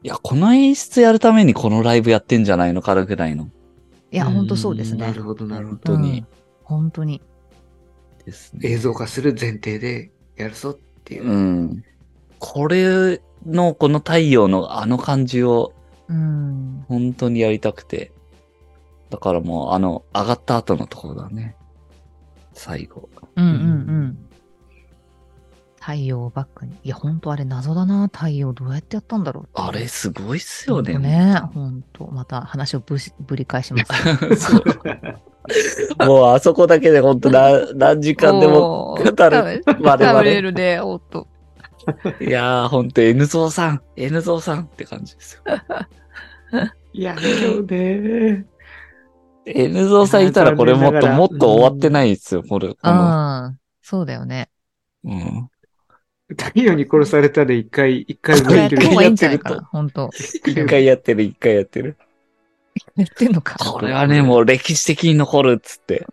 S1: いや、この演出やるためにこのライブやってんじゃないのかなぐらいの。
S2: いや、本当そうです
S3: んな
S2: ね
S3: る。ほど、なるほ
S1: 本
S3: ど。
S1: 当に
S2: うん。本当に。
S1: ですね。
S3: 映像化する前提でやるぞっていう。
S1: うん。これの、この太陽のあの感じを
S2: うん。
S1: 本当にやりたくて。だからもう、あの、上がった後のところだね。最後。
S2: うんうんうん。太陽をバックに。いや、本当あれ謎だな。太陽どうやってやったんだろうっていう。
S1: あれ、すごいっすよね。
S2: ね。本当また話をぶしぶり返します。
S1: そうもう、あそこだけで本当な、 何時間でも
S2: も
S1: 語る。我々。
S2: れるね、おっと。
S1: いやー、ほんと N ゾウさん、N ゾウさんって感じですよ。
S3: いや、今日 ね。
S1: N ゾウさんいたらこれもっともっと終わってないですよ、これ。この
S2: うん。そうだよね。
S1: うん、
S3: 太陽に殺されたで一回、一回
S2: これや
S3: 向
S2: っ
S3: いて
S2: た
S3: る。
S2: 方がいいんじゃないかな、本当
S1: 一回やってる、一回やってる。
S2: やってんのか。
S1: これはね、もう歴史的に残るっつって。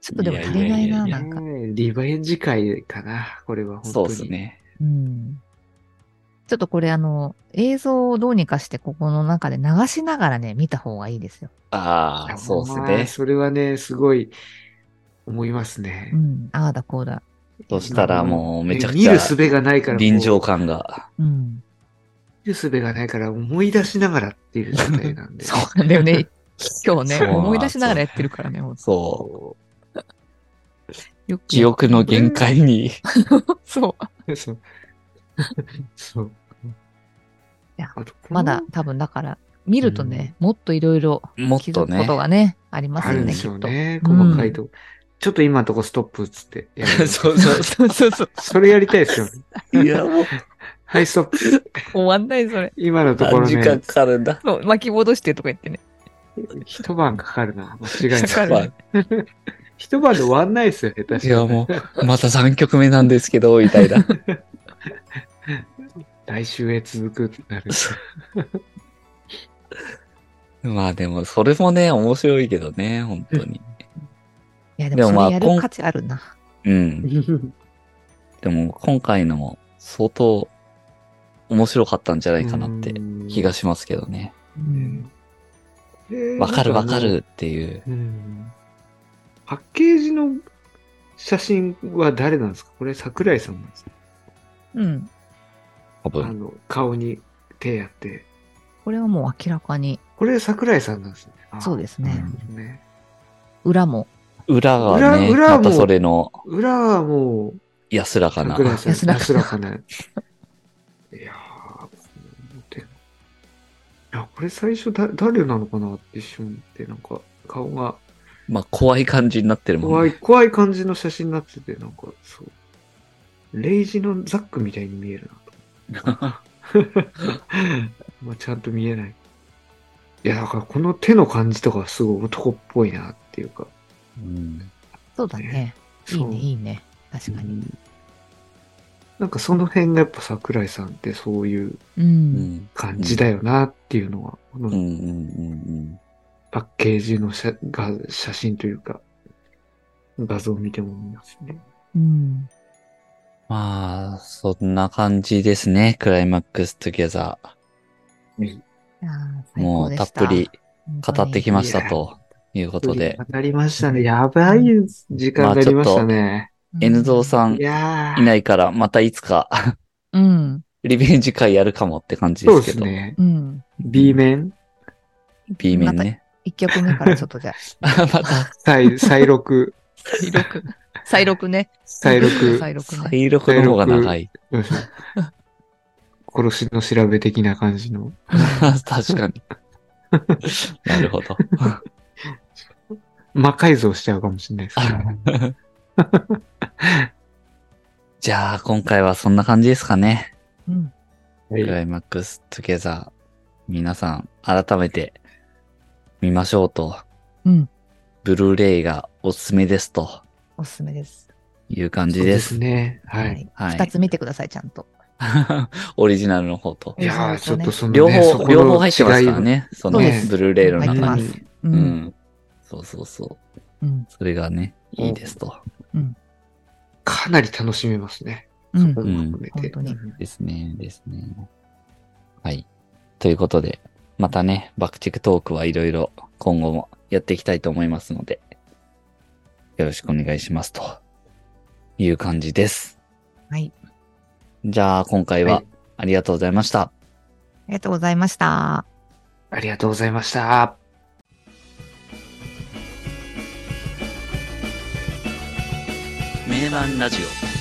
S2: ちょっとでも足りないな、
S1: い
S2: なんか。
S3: ねえリベンジ会かな、これは本当
S1: そう
S3: に。
S1: です。ね。
S2: うん。ちょっとこれあの、映像をどうにかしてここの中で流しながらね、見た方がいいですよ。
S1: ああ、そうで
S3: ね。
S1: すね。
S3: それはね、すごい思いますね
S2: う。ん。ああだこうだ。
S1: そしたらもうめちゃくち
S3: 見
S1: ゃ
S3: る術がないから、
S1: 臨場感が。
S2: うん。
S3: 見る術がないから思い出しながらっていう状態なんで。
S2: そうなんだよね。今日
S1: そ
S2: ね、
S1: うなん
S2: 思い出しながらやってるからね、もう
S1: そう。
S3: そ
S2: よく。
S1: 記憶の限界に。
S2: そう。
S3: う。そう。そう。
S2: や
S3: あと
S2: まだ多分だから、見るとね、もっといろいろ
S1: もっ
S2: 気
S1: と
S2: づくこ
S1: ね
S2: と。がね、あります
S3: あ
S2: よ
S3: るん
S2: ね、
S3: で
S2: きっ
S3: しょう
S2: と。
S3: ね。
S2: うん
S3: 細かいとこ。ちょっと今のとこストップっつってやる。
S1: そうそう
S2: そうそうそう。
S3: それやりたいですよね。
S1: いや、もう
S3: はい、ストップ。
S2: 終わんない、それ。
S3: 今のと
S1: 何
S3: ころ
S1: 時間
S3: ね、
S1: かかるんだ。
S2: そう巻き戻してとか言ってね。
S3: 一晩かかるな。間違い
S2: かか
S3: な
S2: る
S3: い。
S1: まあ
S3: 一晩で終わんないですよ、下手し
S1: い
S3: た
S1: や、もう、また3曲目なんですけ ど、みたいな。
S3: ら。来週へ続くってなる。
S1: まあでも、それもね、面白いけどね、本当に。
S2: いや、で
S1: で
S2: も
S1: も
S2: そ
S1: まあ
S2: れやる価値あるな。
S1: うん。でも、今回のも相当面白かったんじゃないかなって気がしますけどね。
S2: うん。
S3: うん
S1: わかるわか。るっていう。
S3: うんパッケージの写真は誰なんですかこれ桜井さんなんですか
S2: うん。
S1: 多
S3: あ
S1: 分。
S3: の、顔に手やって。
S2: これはもう明らかに、
S3: これ桜井さんなんですね。
S2: そうですすね。
S3: ね。
S2: 裏も
S1: 裏がね、
S3: 裏裏も
S1: またそれの
S3: 裏はもう、
S1: 安らかな。
S3: 桜井さん、
S2: 安らかな
S3: 安らかな。いやー、こう思ってんのかや、これ最初だ、誰なのかなって一瞬思って、なんか、顔が
S1: まあ、怖い感じになってるもんね。
S3: 怖い、怖い感じの写真になってて、なんか、そう。レイジのザックみたいに見えるなと。まあ、ちゃんと見えない。いや、だからこの手の感じとかはすごい男っぽいなっていうか。
S1: うん。
S2: そうだね。いい
S3: そう
S2: ね、いいね。確かに。
S3: なんかその辺がやっぱ桜井さんってそういう
S2: う。
S1: うんん。
S3: 感じだよなっていうのは、こ
S1: うんうんう
S3: の
S1: ん
S3: パッケージの写が写真というか、画像を見ても思いますね。
S2: うん。
S1: まあ、そんな感じですね。クライマックストゥギャザ
S2: いやー
S1: ー。
S2: 最
S1: も
S2: 高
S1: う
S2: で
S1: たっ
S2: した
S1: ぷり語ってきま
S2: し
S1: したということで。
S3: 当たりましたね。やばい時間になりましたね。
S2: た
S1: N ゾウさん
S3: いやー
S1: いないから、またいつか
S2: うん。
S1: リベンジ会やるかもって感じ
S3: そ
S1: で
S3: う
S1: すけ
S3: です
S1: ど。
S3: ね。
S2: うん。
S3: B 面
S1: B 面
S2: また
S1: ね。
S2: 一曲目からちょっ とじゃあ、
S1: また、
S3: 再、再録、
S2: 再録。再録ね。
S3: 再録、
S2: 再録ね。
S1: 再録の方が長い。
S3: どうでしょう殺しの調べ的な感じの。
S1: 確かに。なるほど。
S3: 魔改造しちゃうかもしれないですけどね。
S1: じゃあ、今回はそんな感じですかね。
S2: うん。
S1: クライマックストゥゲザー。皆さん、改めて見ましょうと。
S2: うん。
S1: ブルーレイがおすすめですと
S2: おすすめです。
S1: いう感じ
S3: そう
S1: で。
S3: ですすね。はい。
S1: はい
S2: 二つ見てください、ちゃんと。
S1: オリジナルの方と
S3: い。やー、ちょっとそのね、
S1: 両
S3: そ
S1: 方、
S3: この
S1: 両方入ってますから
S3: 違い
S1: ね。その
S2: そう
S3: で
S1: ね
S3: す
S1: ブルーレイの
S2: 入って
S1: 中
S2: ま
S1: に。
S2: す。う。
S1: うんん。そうそうそう。
S2: うん。
S1: それがね、いいですと。
S3: をかなり楽しめますね。
S2: うん。
S3: 本も含めて。
S2: うん本当に
S3: うん
S1: ですね、ですね。はい。ということで、またね、爆竹トークはいろいろ今後もやっていきたいと思いますので、よろしくお願いしますという感じです。
S2: はい。
S1: じゃあ、今回
S3: は
S1: はいありがとうございました。
S2: ありがとうございました。
S3: ありがとうございました。
S1: 名盤ラジオ。